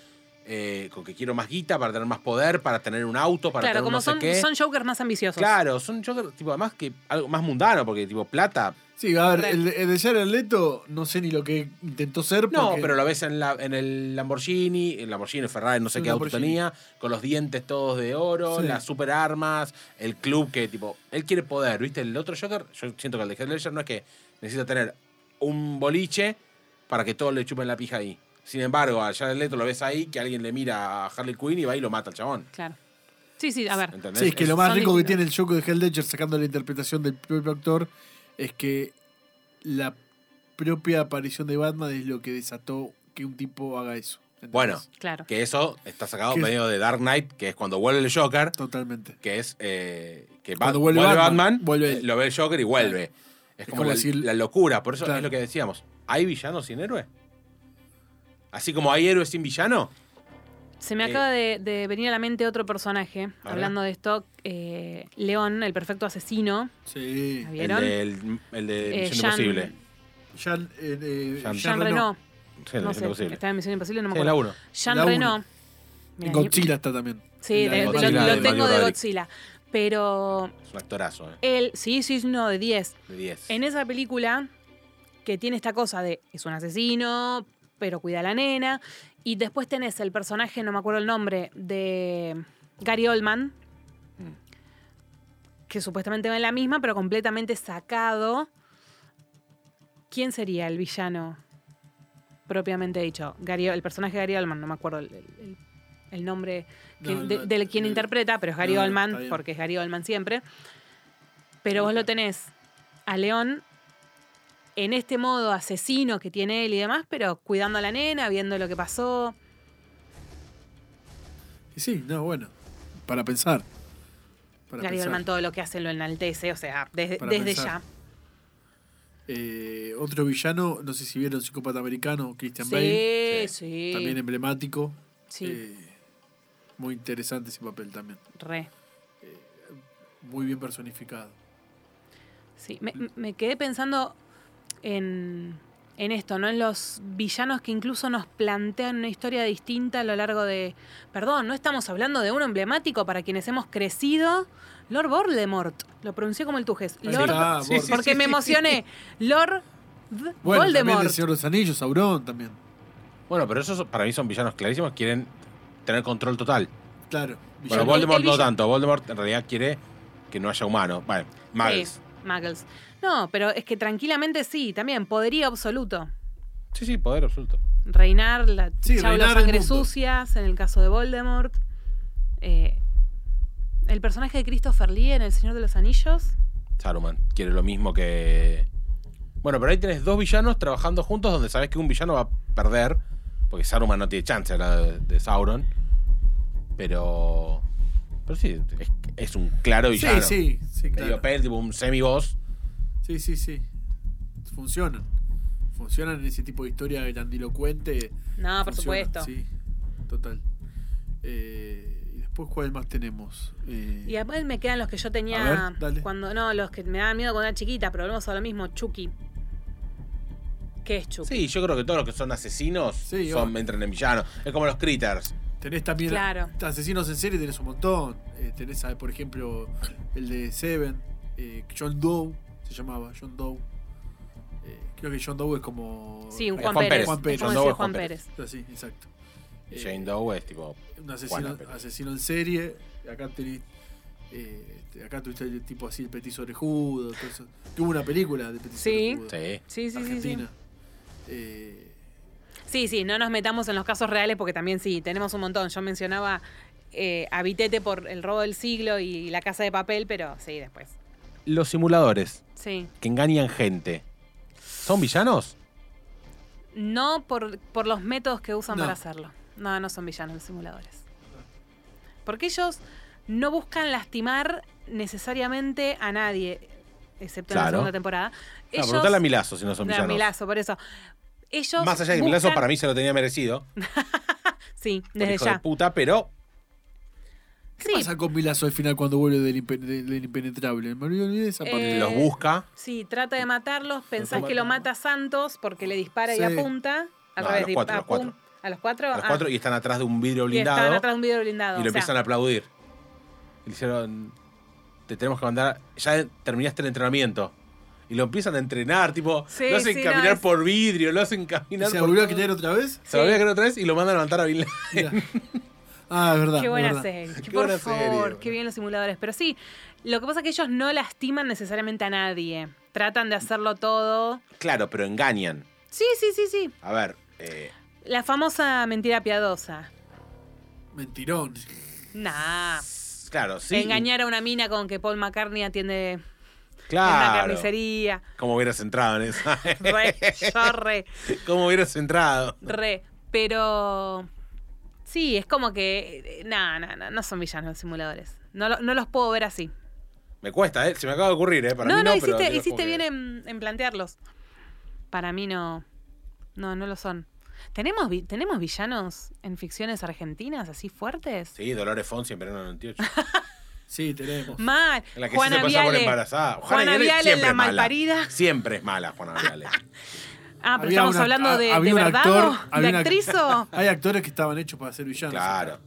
[SPEAKER 5] eh, con que quiero más guita para tener más poder, para tener un auto, para
[SPEAKER 1] Claro,
[SPEAKER 5] tener
[SPEAKER 1] como
[SPEAKER 5] no sé
[SPEAKER 1] son,
[SPEAKER 5] qué.
[SPEAKER 1] son Jokers más ambiciosos.
[SPEAKER 5] Claro, son Joker, tipo, además que algo más mundano, porque tipo plata.
[SPEAKER 4] Sí, a ver, el, el de Jared Leto, no sé ni lo que intentó ser.
[SPEAKER 5] No,
[SPEAKER 4] porque-
[SPEAKER 5] pero lo ves en, la, en el Lamborghini, el Lamborghini, Ferrari, no sé
[SPEAKER 4] Sí,
[SPEAKER 5] qué auto
[SPEAKER 4] Lamborghini.
[SPEAKER 5] tenía, con los dientes todos de oro,
[SPEAKER 4] Sí.
[SPEAKER 5] las super armas, el club que tipo, él quiere poder, ¿viste? El otro Joker, yo siento que el de Heath Ledger no es que necesita tener un boliche para que todos le chupen la pija ahí. Sin embargo, a Jared Leto lo ves ahí, que alguien le mira a Harley Quinn y va y lo mata al chabón.
[SPEAKER 1] Claro. Sí, sí, a ver.
[SPEAKER 5] ¿Entendés?
[SPEAKER 4] Sí, es que lo más
[SPEAKER 1] Son
[SPEAKER 4] rico que
[SPEAKER 1] distintos.
[SPEAKER 4] tiene el Joker de Heath Ledger, sacando la interpretación del propio actor, es que la propia aparición de Batman es lo que desató que un tipo haga eso. ¿entendés?
[SPEAKER 5] Bueno,
[SPEAKER 1] Claro.
[SPEAKER 5] que eso está sacado
[SPEAKER 4] ¿Qué?
[SPEAKER 5] medio de Dark Knight, que es cuando vuelve el Joker.
[SPEAKER 4] Totalmente.
[SPEAKER 5] que es eh, que
[SPEAKER 4] Cuando
[SPEAKER 5] Bat-
[SPEAKER 4] vuelve
[SPEAKER 5] vuelve,
[SPEAKER 4] Batman,
[SPEAKER 5] Batman,
[SPEAKER 4] vuelve
[SPEAKER 5] eh,
[SPEAKER 4] él.
[SPEAKER 5] lo ve el Joker y vuelve. Es como,
[SPEAKER 4] como
[SPEAKER 5] la,
[SPEAKER 4] decir-
[SPEAKER 5] la locura, por eso
[SPEAKER 4] Claro.
[SPEAKER 5] es lo que decíamos. ¿Hay villanos sin héroes? Así como hay héroes sin villano.
[SPEAKER 1] Se me
[SPEAKER 5] Eh,
[SPEAKER 1] acaba de, de venir a la mente otro personaje,
[SPEAKER 5] A ver.
[SPEAKER 1] hablando de esto, eh, León, el perfecto asesino.
[SPEAKER 4] Sí.
[SPEAKER 1] ¿La
[SPEAKER 5] El
[SPEAKER 1] vieron?
[SPEAKER 5] de, el, el de
[SPEAKER 1] Eh,
[SPEAKER 5] Misión
[SPEAKER 1] Jean-
[SPEAKER 5] Imposible.
[SPEAKER 4] Jean, eh, eh,
[SPEAKER 5] Jean-
[SPEAKER 1] Jean
[SPEAKER 4] Jean Reno.
[SPEAKER 1] Reno.
[SPEAKER 5] Sí, el de
[SPEAKER 1] No
[SPEAKER 5] Misión
[SPEAKER 1] sé,
[SPEAKER 5] Imposible.
[SPEAKER 1] estaba en Misión Imposible, no me
[SPEAKER 5] Sí, la
[SPEAKER 1] acuerdo.
[SPEAKER 5] uno.
[SPEAKER 1] Jean
[SPEAKER 4] La uno.
[SPEAKER 1] Reno.
[SPEAKER 4] En
[SPEAKER 1] Mirá,
[SPEAKER 4] Godzilla está también.
[SPEAKER 1] Sí,
[SPEAKER 4] La
[SPEAKER 1] de-
[SPEAKER 5] de
[SPEAKER 1] de-
[SPEAKER 5] Godzilla,
[SPEAKER 1] lo,
[SPEAKER 5] de
[SPEAKER 1] tengo
[SPEAKER 5] Mario
[SPEAKER 1] de
[SPEAKER 5] Rodríguez.
[SPEAKER 1] Godzilla. Pero
[SPEAKER 5] Es un actorazo, eh,
[SPEAKER 1] él, sí, sí, no, de 10.
[SPEAKER 5] de 10.
[SPEAKER 1] En esa película, que tiene esta cosa de es un asesino, pero cuida a la nena. Y después tenés el personaje, no me acuerdo el nombre, de Gary Oldman,
[SPEAKER 4] Mm.
[SPEAKER 1] que supuestamente va en la misma, pero completamente sacado. ¿Quién sería el villano propiamente dicho? Gary- el personaje de Gary Oldman, no me acuerdo el, el- el nombre que-
[SPEAKER 4] No,
[SPEAKER 1] de-
[SPEAKER 4] no,
[SPEAKER 1] del quien
[SPEAKER 4] eh,
[SPEAKER 1] interpreta, pero es Gary
[SPEAKER 4] no, no,
[SPEAKER 1] Oldman,
[SPEAKER 4] está bien.
[SPEAKER 1] porque es Gary Oldman siempre. Pero vos lo tenés a León en este modo asesino que tiene él y demás, pero cuidando a la nena, viendo lo que pasó.
[SPEAKER 4] Y Sí, no, bueno. Para pensar. Para
[SPEAKER 1] Gary
[SPEAKER 4] pensar.
[SPEAKER 1] Oldman todo lo que hace lo enaltece, o sea, desde,
[SPEAKER 4] Para
[SPEAKER 1] desde
[SPEAKER 4] pensar.
[SPEAKER 1] ya.
[SPEAKER 4] Eh, otro villano, no sé si vieron Psicópata Americano, Christian Bale.
[SPEAKER 1] Sí, sí.
[SPEAKER 4] También emblemático.
[SPEAKER 1] Sí.
[SPEAKER 4] Eh, muy interesante ese papel también.
[SPEAKER 1] Re.
[SPEAKER 4] Muy bien personificado.
[SPEAKER 1] Sí, me, me quedé pensando en, en esto, ¿no? En los villanos que incluso nos plantean una historia distinta a lo largo de. Perdón, no estamos hablando de uno emblemático para quienes hemos crecido. Lord Voldemort. Lo pronuncié como el tujes.
[SPEAKER 4] Ahí
[SPEAKER 1] Lord.
[SPEAKER 4] está,
[SPEAKER 5] Sí, sí,
[SPEAKER 4] Voldemort.
[SPEAKER 1] porque me emocioné. Lord V-
[SPEAKER 4] Bueno, también
[SPEAKER 1] Voldemort.
[SPEAKER 4] el Señor de los Anillos, Sauron también.
[SPEAKER 5] Bueno, pero esos para mí son villanos clarísimos, quieren tener control total.
[SPEAKER 4] Claro.
[SPEAKER 5] Bueno,
[SPEAKER 1] El-
[SPEAKER 4] villano.
[SPEAKER 5] Voldemort
[SPEAKER 1] el
[SPEAKER 5] no
[SPEAKER 1] villano-
[SPEAKER 5] tanto. Voldemort en realidad quiere que no haya humanos. Bueno, Muggles.
[SPEAKER 1] Sí, Muggles. No, pero es que tranquilamente sí, también, poderío absoluto.
[SPEAKER 5] Sí, sí, poder absoluto.
[SPEAKER 1] Reinar, la
[SPEAKER 4] Sí,
[SPEAKER 1] chau, las
[SPEAKER 4] reinar el
[SPEAKER 1] sangres
[SPEAKER 4] mundo.
[SPEAKER 1] sucias, en el caso de Voldemort. Eh, el personaje de Christopher Lee en El Señor de los Anillos.
[SPEAKER 5] Saruman quiere lo mismo que. Bueno, pero ahí tenés dos villanos trabajando juntos donde sabés que un villano va a perder. Porque Saruman no tiene chance era de, de Sauron. Pero. Pero sí, es, es un claro
[SPEAKER 4] Sí,
[SPEAKER 5] villano.
[SPEAKER 4] sí, sí,
[SPEAKER 5] Medio
[SPEAKER 4] claro.
[SPEAKER 5] pel, tipo un semi-boss.
[SPEAKER 4] Sí, sí, sí. Funcionan. Funcionan en ese tipo de historia grandilocuente.
[SPEAKER 1] No, Ah, por
[SPEAKER 4] Funciona,
[SPEAKER 1] supuesto.
[SPEAKER 4] Sí, total. Eh, y después, ¿cuál más tenemos? Eh,
[SPEAKER 1] Y después me quedan los que yo
[SPEAKER 4] A
[SPEAKER 1] tenía
[SPEAKER 4] ver, dale.
[SPEAKER 1] cuando. No, los que me daban miedo cuando era chiquita, pero volvemos a lo mismo, Chucky. ¿Qué es Chucky?
[SPEAKER 5] Sí, yo creo que todos los que son asesinos
[SPEAKER 4] Sí,
[SPEAKER 5] son,
[SPEAKER 4] obvio.
[SPEAKER 5] entran en villanos. Es como los critters.
[SPEAKER 4] tenés también
[SPEAKER 1] Claro.
[SPEAKER 4] asesinos en serie, tenés un montón. Eh, tenés, ah, por ejemplo, el de Seven, eh, John Doe, se llamaba John Doe. Eh, creo que John Doe es como.
[SPEAKER 1] Sí, un
[SPEAKER 5] Eh,
[SPEAKER 1] Juan,
[SPEAKER 5] Juan
[SPEAKER 1] Pérez.
[SPEAKER 5] Pérez.
[SPEAKER 1] Juan
[SPEAKER 4] Juan Pérez.
[SPEAKER 1] Pérez.
[SPEAKER 5] Juan Doe
[SPEAKER 1] Juan
[SPEAKER 5] es Juan
[SPEAKER 1] Pérez.
[SPEAKER 4] Así, exacto. Eh,
[SPEAKER 5] Jane Doe es tipo.
[SPEAKER 4] un asesino,
[SPEAKER 5] Juana Pérez.
[SPEAKER 4] asesino en serie. Acá tenés. eh, este, acá tuviste el tipo así, el petiso orejudo. todo eso. Que Hubo una película de petiso
[SPEAKER 1] Sí.
[SPEAKER 4] orejudo.
[SPEAKER 5] Sí.
[SPEAKER 1] Sí, sí, sí, sí.
[SPEAKER 4] Argentina. Eh,
[SPEAKER 1] Sí, sí, no nos metamos en los casos reales porque también sí, tenemos un montón. Yo mencionaba eh, a Vitete por el robo del siglo y la casa de papel, pero sí, después.
[SPEAKER 5] Los simuladores
[SPEAKER 1] Sí.
[SPEAKER 5] que engañan gente. ¿Son villanos?
[SPEAKER 1] No por, por los métodos que usan
[SPEAKER 4] No.
[SPEAKER 1] para hacerlo. No, no son villanos los simuladores. Porque ellos no buscan lastimar necesariamente a nadie, excepto en la
[SPEAKER 5] Claro.
[SPEAKER 1] segunda temporada.
[SPEAKER 5] No,
[SPEAKER 1] Ellos,
[SPEAKER 5] preguntale a Milazo si no son
[SPEAKER 1] No,
[SPEAKER 5] villanos.
[SPEAKER 1] Milazo, por eso. Ellos
[SPEAKER 5] Más allá de que Milazo
[SPEAKER 1] buscan-
[SPEAKER 5] para mí se lo tenía merecido.
[SPEAKER 1] Sí,
[SPEAKER 5] por
[SPEAKER 1] desde
[SPEAKER 5] hijo de
[SPEAKER 1] ya.
[SPEAKER 5] puta, pero
[SPEAKER 4] ¿Qué
[SPEAKER 1] Sí,
[SPEAKER 4] pasa con Milazo al final cuando vuelve del, impen- del- del impenetrable? Me olvidé olvidé esa parte.
[SPEAKER 1] Eh,
[SPEAKER 5] los busca.
[SPEAKER 1] Sí, trata de matarlos, pensás
[SPEAKER 5] toma-
[SPEAKER 1] que lo mata Santos porque le dispara y
[SPEAKER 4] Sí.
[SPEAKER 1] apunta. Al
[SPEAKER 5] No, a
[SPEAKER 1] revés,
[SPEAKER 5] los
[SPEAKER 1] dip-
[SPEAKER 5] cuatro, a los cuatro.
[SPEAKER 1] apun- ¿A los cuatro?
[SPEAKER 5] A los
[SPEAKER 1] Ah,
[SPEAKER 5] cuatro y están atrás de un vidrio
[SPEAKER 1] y
[SPEAKER 5] blindado.
[SPEAKER 1] estaban atrás de un vidrio blindado.
[SPEAKER 5] y
[SPEAKER 1] o
[SPEAKER 5] lo
[SPEAKER 1] sea,
[SPEAKER 5] empiezan a aplaudir. Y le dijeron, te tenemos que mandar, ya terminaste el entrenamiento. Y lo empiezan a entrenar, tipo,
[SPEAKER 1] Sí,
[SPEAKER 5] lo hacen
[SPEAKER 1] sí, no,
[SPEAKER 5] caminar
[SPEAKER 1] es-
[SPEAKER 5] por vidrio, lo hacen
[SPEAKER 4] ¿Y
[SPEAKER 5] caminar
[SPEAKER 4] ¿Se
[SPEAKER 5] por...
[SPEAKER 4] volvió a creer otra vez?
[SPEAKER 5] Se volvió a creer otra vez y lo mandan a levantar a Bin Laden.
[SPEAKER 4] Mirá. Ah, es verdad.
[SPEAKER 1] Qué
[SPEAKER 4] es
[SPEAKER 1] buena
[SPEAKER 4] verdad.
[SPEAKER 1] serie.
[SPEAKER 5] Qué
[SPEAKER 1] por
[SPEAKER 5] buena serie,
[SPEAKER 1] favor,
[SPEAKER 5] boludo.
[SPEAKER 1] qué bien los simuladores. Pero sí, lo que pasa es que ellos no lastiman necesariamente a nadie. Tratan de hacerlo todo.
[SPEAKER 5] Claro, pero engañan.
[SPEAKER 1] Sí, sí, sí, sí.
[SPEAKER 5] A ver, eh,
[SPEAKER 1] La famosa mentira piadosa.
[SPEAKER 4] Mentirón.
[SPEAKER 1] Nah.
[SPEAKER 5] claro, sí.
[SPEAKER 1] Engañar a una mina con que Paul McCartney atiende en una
[SPEAKER 5] Claro.
[SPEAKER 1] carnicería.
[SPEAKER 5] ¿Cómo hubieras entrado en esa?
[SPEAKER 1] Re, yo re.
[SPEAKER 5] ¿Cómo hubieras entrado?
[SPEAKER 1] Re, pero sí, es como que eh, nada, nada, no son villanos los simuladores. No, lo- no los puedo ver así.
[SPEAKER 5] Me cuesta, ¿eh? Se me acaba de ocurrir, ¿eh? Para
[SPEAKER 1] no,
[SPEAKER 5] mí
[SPEAKER 1] no,
[SPEAKER 5] no, pero
[SPEAKER 1] hiciste,
[SPEAKER 5] digo, es
[SPEAKER 1] hiciste
[SPEAKER 5] como
[SPEAKER 1] bien
[SPEAKER 5] que-
[SPEAKER 1] en, en plantearlos. Para mí no. No, no lo son. ¿Tenemos, vi- ¿Tenemos villanos en ficciones argentinas así fuertes?
[SPEAKER 5] Sí, Dolores Fonsi en verano 98.
[SPEAKER 4] Sí, tenemos.
[SPEAKER 1] Mal.
[SPEAKER 5] En la que
[SPEAKER 1] Juana
[SPEAKER 5] sí se pasa por
[SPEAKER 1] Viale.
[SPEAKER 5] embarazada. Juana,
[SPEAKER 1] Juana
[SPEAKER 5] Viale,
[SPEAKER 1] Viale en
[SPEAKER 5] siempre
[SPEAKER 1] la
[SPEAKER 5] es mala.
[SPEAKER 1] malparida.
[SPEAKER 5] Siempre es mala, Juana Viale.
[SPEAKER 1] Ah, pero
[SPEAKER 4] Había
[SPEAKER 1] estamos
[SPEAKER 4] una-
[SPEAKER 1] hablando
[SPEAKER 4] ha-
[SPEAKER 1] de, de
[SPEAKER 4] había un
[SPEAKER 1] verdad,
[SPEAKER 4] actor-
[SPEAKER 1] de
[SPEAKER 4] había una-
[SPEAKER 1] actriz o.
[SPEAKER 4] Hay actores que estaban hechos para ser villanos.
[SPEAKER 5] claro.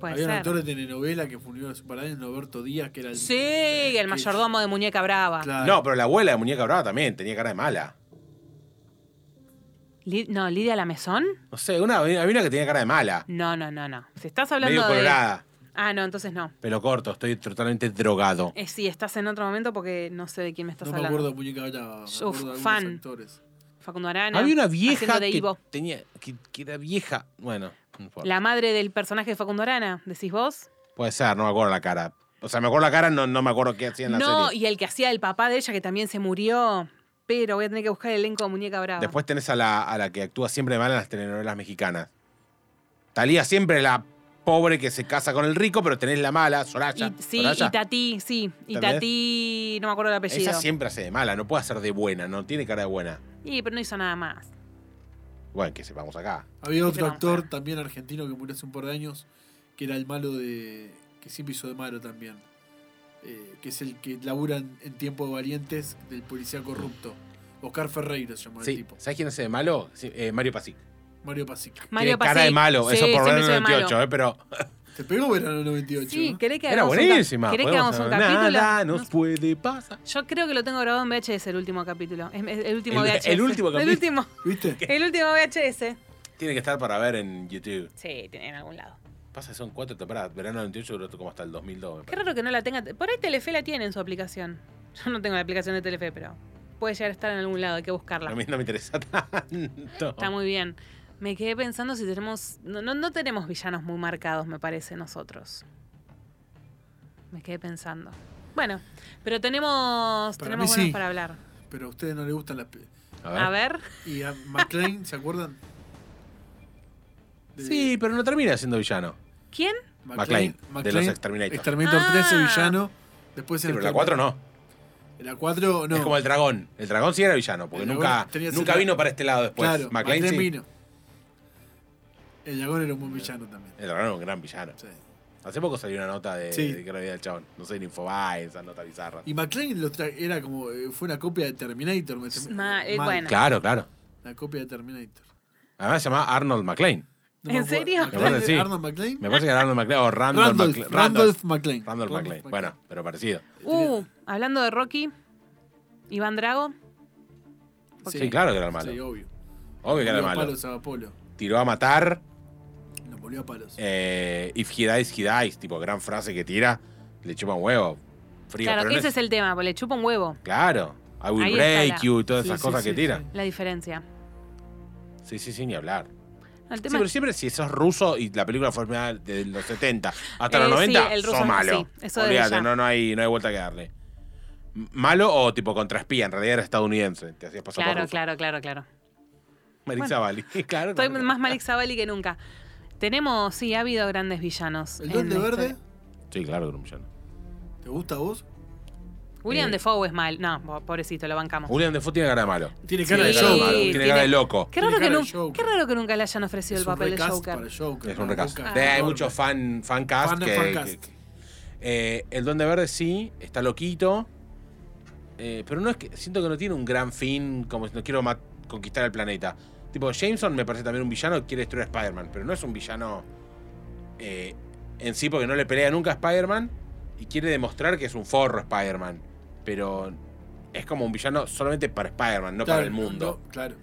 [SPEAKER 1] Puede
[SPEAKER 4] Había un
[SPEAKER 1] ser.
[SPEAKER 4] actor de telenovela que fundió hace un par de años, Norberto Díaz, que era el.
[SPEAKER 1] Sí, el mayordomo de Muñeca Brava.
[SPEAKER 4] Claro.
[SPEAKER 5] No, pero la abuela de Muñeca Brava también tenía cara de mala.
[SPEAKER 1] Li- no, Lidia Lamezón.
[SPEAKER 5] No sé, una, había una que tenía cara de mala.
[SPEAKER 1] No, no, no, no. Si estás hablando
[SPEAKER 5] Medio
[SPEAKER 1] de.
[SPEAKER 5] colorada.
[SPEAKER 1] Ah, no, entonces no.
[SPEAKER 5] Pelo corto, estoy totalmente drogado.
[SPEAKER 1] Eh, sí, estás en otro momento porque no sé de quién me estás
[SPEAKER 4] No me
[SPEAKER 1] hablando.
[SPEAKER 4] acuerdo de Muñeca Brava. Me
[SPEAKER 1] Uf,
[SPEAKER 4] acuerdo de algunos
[SPEAKER 1] fan.
[SPEAKER 4] actores.
[SPEAKER 1] Facundo Arana.
[SPEAKER 5] Había una vieja
[SPEAKER 1] haciendo de
[SPEAKER 5] que
[SPEAKER 1] Ivo.
[SPEAKER 5] tenía que, que era vieja. Bueno, no importa.
[SPEAKER 1] La madre del personaje de Facundo Arana, decís vos.
[SPEAKER 5] puede ser, no me acuerdo la cara. O sea, me acuerdo la cara, no, no me acuerdo qué hacía en la
[SPEAKER 1] No,
[SPEAKER 5] serie.
[SPEAKER 1] y el que hacía el papá de ella que también se murió. Pero voy a tener que buscar el elenco de Muñeca Brava.
[SPEAKER 5] Después tenés a la, a la que actúa siempre de mala en las telenovelas mexicanas. Talía siempre es la pobre que se casa con el rico, pero tenés la mala, Soraya.
[SPEAKER 1] Y- sí,
[SPEAKER 5] Soraya.
[SPEAKER 1] y Tati, sí. Y
[SPEAKER 5] ¿Entendés?
[SPEAKER 1] Tati, no me acuerdo el apellido.
[SPEAKER 5] Esa siempre hace de mala, no puede hacer de buena, no tiene cara de buena.
[SPEAKER 1] Y pero no hizo nada más.
[SPEAKER 5] Bueno, que sepamos acá.
[SPEAKER 4] Había otro
[SPEAKER 1] vamos a
[SPEAKER 4] actor
[SPEAKER 1] ver.
[SPEAKER 4] también argentino que murió hace un par de años, que era el malo de. que siempre hizo de malo también. eh, que es el que labura en, en Tiempo de Valientes del policía corrupto. Oscar Ferreiro se llama el
[SPEAKER 5] Sí,
[SPEAKER 4] tipo.
[SPEAKER 5] ¿sabes quién hace de malo? Sí, eh, Mario Pasic.
[SPEAKER 4] Mario Pasic.
[SPEAKER 1] Mario
[SPEAKER 5] tiene cara
[SPEAKER 1] Pasic,
[SPEAKER 5] de malo,
[SPEAKER 1] sí,
[SPEAKER 5] eso por
[SPEAKER 1] siempre
[SPEAKER 5] verano
[SPEAKER 1] hizo de malo.
[SPEAKER 5] 98, eh, pero
[SPEAKER 4] Te pegó verano 98.
[SPEAKER 1] Sí,
[SPEAKER 4] ¿no?
[SPEAKER 1] ¿querés que
[SPEAKER 5] ¿eh? era
[SPEAKER 1] hagamos un cap-
[SPEAKER 5] buenísima.
[SPEAKER 1] ¿Querés que
[SPEAKER 5] podemos
[SPEAKER 1] hagamos un
[SPEAKER 5] hablar.
[SPEAKER 1] capítulo?
[SPEAKER 5] Nada
[SPEAKER 1] No
[SPEAKER 5] nos puede pasar.
[SPEAKER 1] Yo creo que lo tengo grabado en VHS el último capítulo. Es- es- El último
[SPEAKER 5] El-
[SPEAKER 1] VHS.
[SPEAKER 5] el último
[SPEAKER 1] El
[SPEAKER 5] capítulo.
[SPEAKER 1] último,
[SPEAKER 4] ¿Viste?
[SPEAKER 1] el último VHS.
[SPEAKER 5] Tiene que estar para ver en YouTube.
[SPEAKER 1] Sí, tiene en algún lado.
[SPEAKER 5] Pasa, que son cuatro temporadas. Verano 98 duró como hasta el 2002. me
[SPEAKER 1] Qué
[SPEAKER 5] parece.
[SPEAKER 1] raro que no la tenga. Por ahí Telefe la tiene en su aplicación. Yo no tengo la aplicación de Telefe, pero puede llegar a estar en algún lado, hay que buscarla.
[SPEAKER 5] No me, no me interesa tanto.
[SPEAKER 1] Está muy bien. Me quedé pensando si tenemos. No, no, no tenemos villanos muy marcados, me parece, nosotros. Me quedé pensando. Bueno, pero tenemos,
[SPEAKER 4] Para
[SPEAKER 1] tenemos
[SPEAKER 4] mí
[SPEAKER 1] buenos
[SPEAKER 4] sí.
[SPEAKER 1] para hablar.
[SPEAKER 4] Pero a ustedes no les gustan las. pe-
[SPEAKER 5] A ver.
[SPEAKER 1] A ver.
[SPEAKER 4] ¿Y a McLean, se acuerdan? De-
[SPEAKER 5] Sí, pero no termina siendo villano.
[SPEAKER 1] ¿Quién?
[SPEAKER 5] McLean, de los Exterminator.
[SPEAKER 4] Exterminator
[SPEAKER 1] Ah.
[SPEAKER 4] 13, villano. Después
[SPEAKER 5] Sí,
[SPEAKER 4] en
[SPEAKER 5] pero la 4 no.
[SPEAKER 4] En la 4 no.
[SPEAKER 5] Es como el dragón. El dragón sí era villano, porque
[SPEAKER 4] El
[SPEAKER 5] nunca,
[SPEAKER 4] dragón tenía
[SPEAKER 5] nunca
[SPEAKER 4] cierta-
[SPEAKER 5] vino para este lado después.
[SPEAKER 4] claro,
[SPEAKER 5] McLean,
[SPEAKER 4] McLean
[SPEAKER 5] sí.
[SPEAKER 4] vino. El dragón era un buen villano también.
[SPEAKER 5] El dragón era un gran villano.
[SPEAKER 4] Sí.
[SPEAKER 5] Hace poco salió una nota de,
[SPEAKER 4] Sí.
[SPEAKER 5] de que era vida del chabón. No sé, en Infobae, esa nota bizarra.
[SPEAKER 4] Y McLean lo tra- era como. eh, Fue una copia de Terminator. me- se-
[SPEAKER 1] Ma- eh,
[SPEAKER 4] mal,
[SPEAKER 1] bueno.
[SPEAKER 5] Claro, claro.
[SPEAKER 4] Una copia de Terminator.
[SPEAKER 5] Además se llamaba Arnold McLean.
[SPEAKER 4] No me
[SPEAKER 1] ¿En
[SPEAKER 4] acuerdo.
[SPEAKER 1] serio?
[SPEAKER 4] McLean,
[SPEAKER 5] Me parece, sí.
[SPEAKER 4] Arnold McLean.
[SPEAKER 5] Me parece que era Arnold McLean o Randolph
[SPEAKER 4] Randolph,
[SPEAKER 5] McLean.
[SPEAKER 4] Randolph McLean.
[SPEAKER 5] Randolph McLean. Bueno, pero parecido.
[SPEAKER 1] Uh, hablando de Rocky, Iván Drago.
[SPEAKER 5] Sí, claro que era el malo.
[SPEAKER 4] Sí, obvio.
[SPEAKER 5] Obvio que era el
[SPEAKER 4] Volvió a
[SPEAKER 5] malo.
[SPEAKER 4] palos a Apolo.
[SPEAKER 5] Tiró a matar.
[SPEAKER 4] Nos volvió a palos.
[SPEAKER 5] Eh, if he dies, he dies. Tipo, gran frase que tira. Le chupa un huevo. Frío.
[SPEAKER 1] Claro,
[SPEAKER 5] pero no
[SPEAKER 1] ese es el tema, porque le chupa un huevo
[SPEAKER 5] Claro. I will
[SPEAKER 1] Ahí está
[SPEAKER 5] break
[SPEAKER 1] la-
[SPEAKER 5] you y todas
[SPEAKER 4] Sí,
[SPEAKER 5] esas
[SPEAKER 4] sí,
[SPEAKER 5] cosas
[SPEAKER 4] sí,
[SPEAKER 5] que tira.
[SPEAKER 4] sí.
[SPEAKER 1] la diferencia.
[SPEAKER 5] Sí, sí, sí, ni hablar.
[SPEAKER 1] No, El
[SPEAKER 5] Sí,
[SPEAKER 1] tema
[SPEAKER 5] pero siempre si sos ruso y la película fue filmada desde los 70 hasta
[SPEAKER 1] Eh,
[SPEAKER 5] los
[SPEAKER 1] sí,
[SPEAKER 5] 90,
[SPEAKER 1] el ruso
[SPEAKER 5] sos
[SPEAKER 1] no-
[SPEAKER 5] malo.
[SPEAKER 1] sí, eso desde
[SPEAKER 5] Olvídate,
[SPEAKER 1] ya.
[SPEAKER 5] no, no, hay, no hay vuelta que darle. M- Malo o tipo contraespía, en realidad era estadounidense. Te hacías pasar por
[SPEAKER 1] claro,
[SPEAKER 5] ruso.
[SPEAKER 1] claro, claro, claro.
[SPEAKER 5] Maritza Bali. claro.
[SPEAKER 1] Estoy
[SPEAKER 5] claro.
[SPEAKER 1] más Malik Zabali que nunca. Tenemos, sí, ha habido grandes villanos.
[SPEAKER 4] El
[SPEAKER 1] en este-
[SPEAKER 4] Duende
[SPEAKER 1] la
[SPEAKER 4] Verde,
[SPEAKER 1] historia.
[SPEAKER 5] Sí, claro, que era un villano.
[SPEAKER 4] ¿te gusta a vos?
[SPEAKER 1] William
[SPEAKER 5] Eh.
[SPEAKER 1] Defoe es mal. No, po- pobrecito, lo bancamos.
[SPEAKER 5] Julián Defoe tiene cara de malo.
[SPEAKER 4] Tiene
[SPEAKER 1] Sí,
[SPEAKER 4] cara de
[SPEAKER 5] Tiene cara de
[SPEAKER 4] Joker.
[SPEAKER 5] malo, tiene, cara de
[SPEAKER 1] tiene-
[SPEAKER 5] loco.
[SPEAKER 1] Qué raro, que
[SPEAKER 4] Tiene cara de
[SPEAKER 1] nun-
[SPEAKER 4] Joker.
[SPEAKER 1] qué raro que nunca le hayan ofrecido
[SPEAKER 4] Es
[SPEAKER 1] el
[SPEAKER 4] un
[SPEAKER 1] papel de
[SPEAKER 4] recast
[SPEAKER 1] Joker.
[SPEAKER 4] para Joker.
[SPEAKER 5] Es un
[SPEAKER 4] ¿no?
[SPEAKER 5] recaso.
[SPEAKER 4] Busca-
[SPEAKER 5] Eh, hay mucho fan, fan cast.
[SPEAKER 4] Fan,
[SPEAKER 5] que-
[SPEAKER 4] fan
[SPEAKER 5] que-
[SPEAKER 4] cast.
[SPEAKER 5] Eh, el Duende Verde sí, está loquito. Eh, pero no es que. Siento que no tiene un gran fin, como si no quiero ma- conquistar el planeta. Tipo, Jameson me parece también un villano que quiere destruir a Spider-Man, pero no es un villano eh, en sí porque no le pelea nunca a Spider-Man y quiere demostrar que es un forro Spider-Man. Pero es como un villano solamente para Spider-Man, no
[SPEAKER 4] Claro,
[SPEAKER 5] para el mundo.
[SPEAKER 4] no, claro.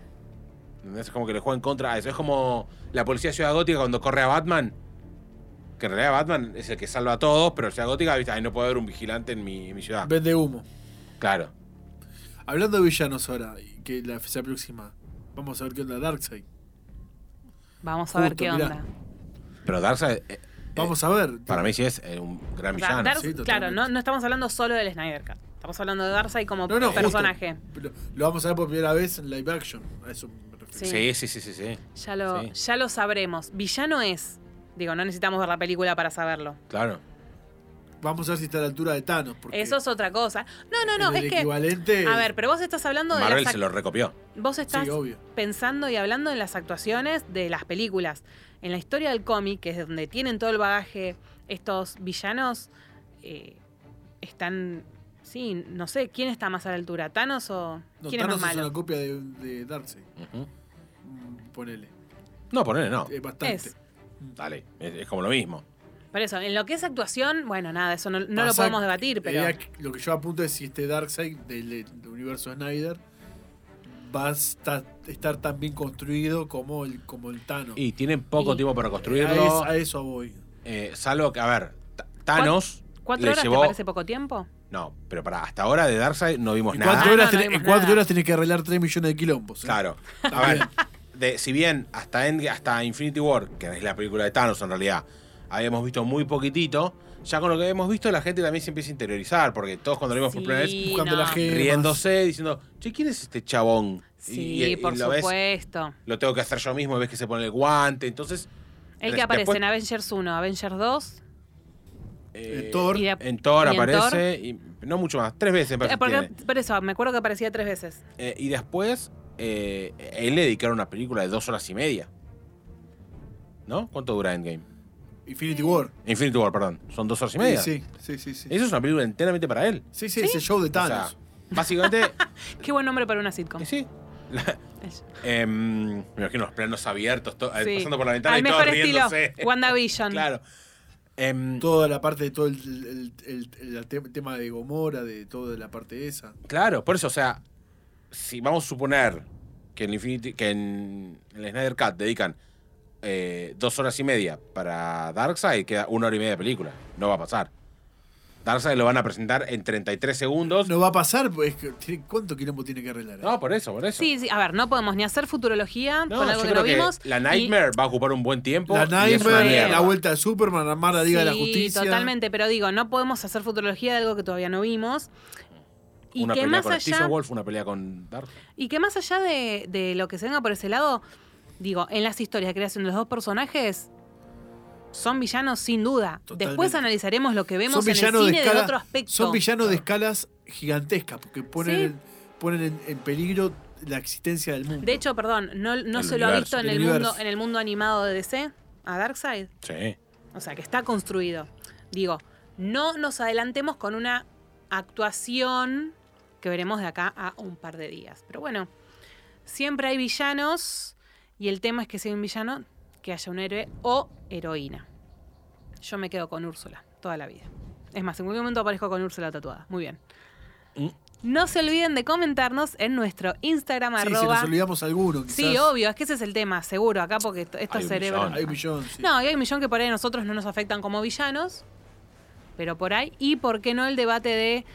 [SPEAKER 5] ¿Entendés? Es como que le juegan contra a eso. Es como la policía de Ciudad Gótica cuando corre a Batman. Que en realidad Batman es el que salva a todos, pero Ciudad Gótica, viste, ahí no puede haber un vigilante en mi, en mi ciudad.
[SPEAKER 4] Vende humo.
[SPEAKER 5] Claro.
[SPEAKER 4] Hablando de villanos ahora, y que la, se aproxima. Vamos a ver qué onda Darkseid.
[SPEAKER 1] Vamos a ver
[SPEAKER 4] Justo,
[SPEAKER 1] qué
[SPEAKER 4] mirá.
[SPEAKER 1] onda.
[SPEAKER 5] Pero Darkseid, eh,
[SPEAKER 4] Vamos a ver.
[SPEAKER 5] para mí sí es eh, un gran
[SPEAKER 1] O sea,
[SPEAKER 5] villano.
[SPEAKER 1] Dark-
[SPEAKER 4] sí, totalmente.
[SPEAKER 1] claro, no, no estamos hablando solo del Snyder Cut. Estamos hablando de Darkseid como
[SPEAKER 4] No, no, justo.
[SPEAKER 1] personaje.
[SPEAKER 4] Pero lo vamos a ver por primera vez en live action. A eso me refiero.
[SPEAKER 5] Sí, sí, sí, sí, sí.
[SPEAKER 1] Ya lo,
[SPEAKER 5] Sí.
[SPEAKER 1] ya lo sabremos. Villano es. Digo, no necesitamos ver la película para saberlo.
[SPEAKER 5] Claro.
[SPEAKER 4] Vamos a ver si está a la altura de Thanos. Porque
[SPEAKER 1] Eso es otra cosa. No, no, no,
[SPEAKER 4] el
[SPEAKER 1] es que.
[SPEAKER 4] equivalente.
[SPEAKER 1] A ver, pero vos estás hablando de
[SPEAKER 5] Marvel
[SPEAKER 1] las
[SPEAKER 5] se lo recopió.
[SPEAKER 1] Vos estás
[SPEAKER 4] Sí, obvio.
[SPEAKER 1] pensando y hablando en las actuaciones de las películas. En la historia del cómic, que es donde tienen todo el bagaje estos villanos, eh, están. Sí, no sé, ¿quién está más a la altura? ¿Thanos o.?
[SPEAKER 4] No,
[SPEAKER 1] ¿Quién
[SPEAKER 4] Thanos
[SPEAKER 1] es
[SPEAKER 4] es,
[SPEAKER 1] más malo?
[SPEAKER 4] una copia de, de Darkseid.
[SPEAKER 5] Ujú.
[SPEAKER 4] Mm, Ponele.
[SPEAKER 5] No, ponele, no.
[SPEAKER 4] Eh, bastante.
[SPEAKER 1] Es.
[SPEAKER 5] Dale. Es, es como lo mismo.
[SPEAKER 1] Por eso, en lo que es actuación, bueno, nada, eso no, no lo
[SPEAKER 4] Pasa-
[SPEAKER 1] podemos debatir, pero.
[SPEAKER 4] la idea que- lo que yo apunto es si este Darkseid del, del universo Snyder va a esta- estar tan bien construido como el, como el Thanos.
[SPEAKER 5] Y tienen poco
[SPEAKER 1] Y-
[SPEAKER 5] tiempo para
[SPEAKER 4] a,
[SPEAKER 5] construirlo.
[SPEAKER 4] es- a eso voy.
[SPEAKER 5] eh, salvo que, a ver, Ta- Thanos.
[SPEAKER 1] ¿Cuatro
[SPEAKER 5] le
[SPEAKER 1] horas
[SPEAKER 5] llevó-
[SPEAKER 1] te parece poco tiempo?
[SPEAKER 5] No, pero para hasta ahora de Darkseid no vimos
[SPEAKER 4] En
[SPEAKER 5] Pues nada.
[SPEAKER 4] cuatro, horas,
[SPEAKER 1] No, no
[SPEAKER 4] tenés- en
[SPEAKER 1] vimos
[SPEAKER 4] cuatro
[SPEAKER 1] nada.
[SPEAKER 4] horas tenés que arreglar 3 millones de quilombos. ¿eh?
[SPEAKER 5] Claro. A ver,
[SPEAKER 4] También.
[SPEAKER 5] de- si bien hasta, Endga- hasta Infinity War, que es la película de Thanos en realidad, habíamos visto muy poquitito, ya con lo que habíamos visto la gente también se empieza a interiorizar, porque todos cuando lo vimos por primera vez,
[SPEAKER 1] Sí,
[SPEAKER 4] buscando
[SPEAKER 1] no.
[SPEAKER 4] la gente.
[SPEAKER 5] riéndose, diciendo, che, ¿quién es este chabón? Y-
[SPEAKER 1] Sí,
[SPEAKER 5] y- y
[SPEAKER 1] por
[SPEAKER 5] lo ves,
[SPEAKER 1] supuesto.
[SPEAKER 5] lo tengo que hacer yo mismo, y ves que se pone el guante, entonces...
[SPEAKER 1] El
[SPEAKER 5] des-
[SPEAKER 1] que aparece
[SPEAKER 5] después,
[SPEAKER 1] en Avengers 1, Avengers 2.
[SPEAKER 5] eh,
[SPEAKER 4] En Thor.
[SPEAKER 1] y de-
[SPEAKER 5] en Thor
[SPEAKER 1] y en
[SPEAKER 5] aparece, y no mucho más, tres veces
[SPEAKER 1] Eh,
[SPEAKER 5] parece que
[SPEAKER 1] porque-
[SPEAKER 5] tiene.
[SPEAKER 1] por eso, me acuerdo que aparecía tres veces.
[SPEAKER 5] Eh, y después, eh, él le dedicaron una película de dos horas y media. ¿No? ¿Cuánto dura Endgame?
[SPEAKER 4] Infinity War.
[SPEAKER 5] Infinity War, perdón. Son dos horas y media.
[SPEAKER 4] Sí, sí, sí. Sí, sí,
[SPEAKER 5] Eso es una película enteramente para él.
[SPEAKER 4] sí, ese show de
[SPEAKER 5] O
[SPEAKER 4] Thanos.
[SPEAKER 5] sea, básicamente,
[SPEAKER 1] Qué buen nombre para una sitcom.
[SPEAKER 5] eh, sí. La-
[SPEAKER 1] Es-
[SPEAKER 5] em, me imagino los planos abiertos, to- eh,
[SPEAKER 1] Sí.
[SPEAKER 5] pasando por la ventana
[SPEAKER 1] Al
[SPEAKER 5] y todos
[SPEAKER 1] mejor estilo,
[SPEAKER 5] riéndose.
[SPEAKER 1] WandaVision.
[SPEAKER 5] Claro. Em,
[SPEAKER 4] Toda la parte de todo el, el- el- el- el te- tema de Gomora, de toda la parte esa.
[SPEAKER 5] claro, por eso, o sea, si vamos a suponer que en, Infinity, que en el Snyder Cut dedican eh, dos horas y media para Darkseid, queda una hora y media de película. No va a pasar. Darkseid lo van a presentar en 33 segundos. No,
[SPEAKER 4] No va a pasar, pues, que tiene- ¿cuánto quilombo tiene que arreglar?
[SPEAKER 5] por eso, por eso.
[SPEAKER 1] Sí, sí, a ver, no podemos ni hacer futurología
[SPEAKER 5] No,
[SPEAKER 1] con algo
[SPEAKER 5] yo
[SPEAKER 1] que no
[SPEAKER 5] creo que
[SPEAKER 1] vimos.
[SPEAKER 5] la
[SPEAKER 1] y-
[SPEAKER 5] Nightmare va a ocupar un buen tiempo.
[SPEAKER 4] la
[SPEAKER 5] y es una
[SPEAKER 4] Nightmare,
[SPEAKER 5] mierda.
[SPEAKER 4] la vuelta de Superman, armar la Liga de la
[SPEAKER 1] Sí,
[SPEAKER 4] Justicia.
[SPEAKER 1] Totalmente, pero digo, no podemos hacer futurología de algo que todavía no vimos. Y
[SPEAKER 5] Una
[SPEAKER 1] que,
[SPEAKER 5] pelea
[SPEAKER 1] más
[SPEAKER 5] con Stephen
[SPEAKER 1] allá,
[SPEAKER 5] Wolf, una pelea con Dark.
[SPEAKER 1] y que más allá de, de lo que se venga por ese lado, digo, en las historias de creación de los dos personajes, son villanos sin duda.
[SPEAKER 4] Totalmente.
[SPEAKER 1] Después analizaremos lo que vemos
[SPEAKER 4] Son
[SPEAKER 1] en el
[SPEAKER 4] villanos,
[SPEAKER 1] cine de
[SPEAKER 4] de escala-
[SPEAKER 1] otro aspecto.
[SPEAKER 4] son villanos de escalas gigantescas, porque ponen, ponen en, en peligro la existencia del mundo.
[SPEAKER 1] De hecho, perdón, no, no
[SPEAKER 5] El
[SPEAKER 1] se lo ha
[SPEAKER 5] universo,
[SPEAKER 1] visto en
[SPEAKER 4] el
[SPEAKER 1] el, mundo,
[SPEAKER 4] universo.
[SPEAKER 1] en el mundo animado de DC, a Darkseid.
[SPEAKER 5] Sí.
[SPEAKER 1] O sea, que está construido. Digo, no nos adelantemos con una actuación que veremos de acá a un par de días. Pero bueno, siempre hay villanos y el tema es que si hay un villano, que haya un héroe o heroína. Yo me quedo con Úrsula toda la vida. Es más, en cualquier momento aparezco con Úrsula tatuada. Muy bien.
[SPEAKER 5] Mm.
[SPEAKER 1] No se olviden de comentarnos en nuestro Instagram
[SPEAKER 4] sí, si
[SPEAKER 1] arroba.
[SPEAKER 4] nos olvidamos alguno, quizás.
[SPEAKER 1] Sí, obvio, es que ese es el tema, seguro, acá porque esto- estos
[SPEAKER 5] Hay un
[SPEAKER 1] cerebros.
[SPEAKER 5] millón.
[SPEAKER 4] Hay un millón, sí.
[SPEAKER 1] No, y hay un millón que por ahí a nosotros no nos afectan como villanos, pero por ahí. Y por qué no el debate de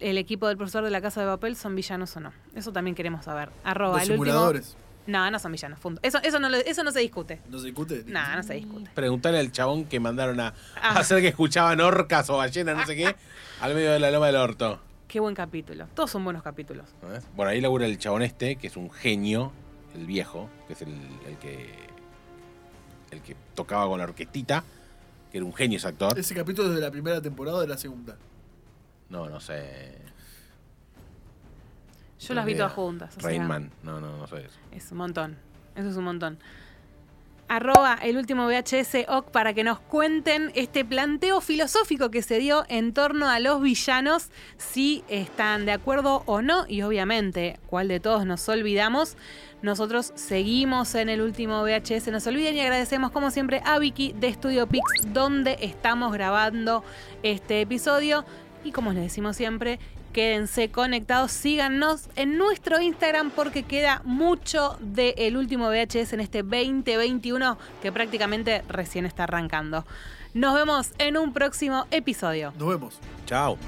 [SPEAKER 1] el equipo del profesor de la casa de papel son villanos o no. Eso también queremos saber. Arroba
[SPEAKER 4] Los
[SPEAKER 1] el último.
[SPEAKER 4] simuladores.
[SPEAKER 1] No, no son villanos. punto. Eso, eso, no, lo- eso no se discute.
[SPEAKER 4] No se discute.
[SPEAKER 1] No, no se discute.
[SPEAKER 5] Preguntale al chabón que mandaron a
[SPEAKER 1] Ah.
[SPEAKER 5] a hacer que escuchaban orcas o ballenas, no sé qué, al medio de la loma del orto.
[SPEAKER 1] Qué buen capítulo. Todos son buenos capítulos.
[SPEAKER 5] ¿Eh? Bueno, ahí labura el chabón este, que es un genio, el viejo, que es el, el que el que tocaba con la orquestita, que era un genio ese actor.
[SPEAKER 4] Ese capítulo es de la primera temporada o de la segunda.
[SPEAKER 5] No, no sé.
[SPEAKER 1] Yo las vi
[SPEAKER 5] Ni
[SPEAKER 1] todas
[SPEAKER 5] idea.
[SPEAKER 1] juntas. o sea,
[SPEAKER 5] Rainman. No, no, no sé eso.
[SPEAKER 1] Es un montón. Eso es un montón. Arroba el último VHS OC para que nos cuenten este planteo filosófico que se dio en torno a los villanos, si están de acuerdo o no, y obviamente, cuál de todos nos olvidamos. Nosotros seguimos en el último VHS, no se olviden y agradecemos como siempre a Vicky de Studio Pix, donde estamos grabando este episodio. Y como les decimos siempre, quédense conectados, síganos en nuestro Instagram porque queda mucho del último VHS en este 2021 que prácticamente recién está arrancando. Nos vemos en un próximo episodio.
[SPEAKER 4] Nos vemos.
[SPEAKER 5] Chao.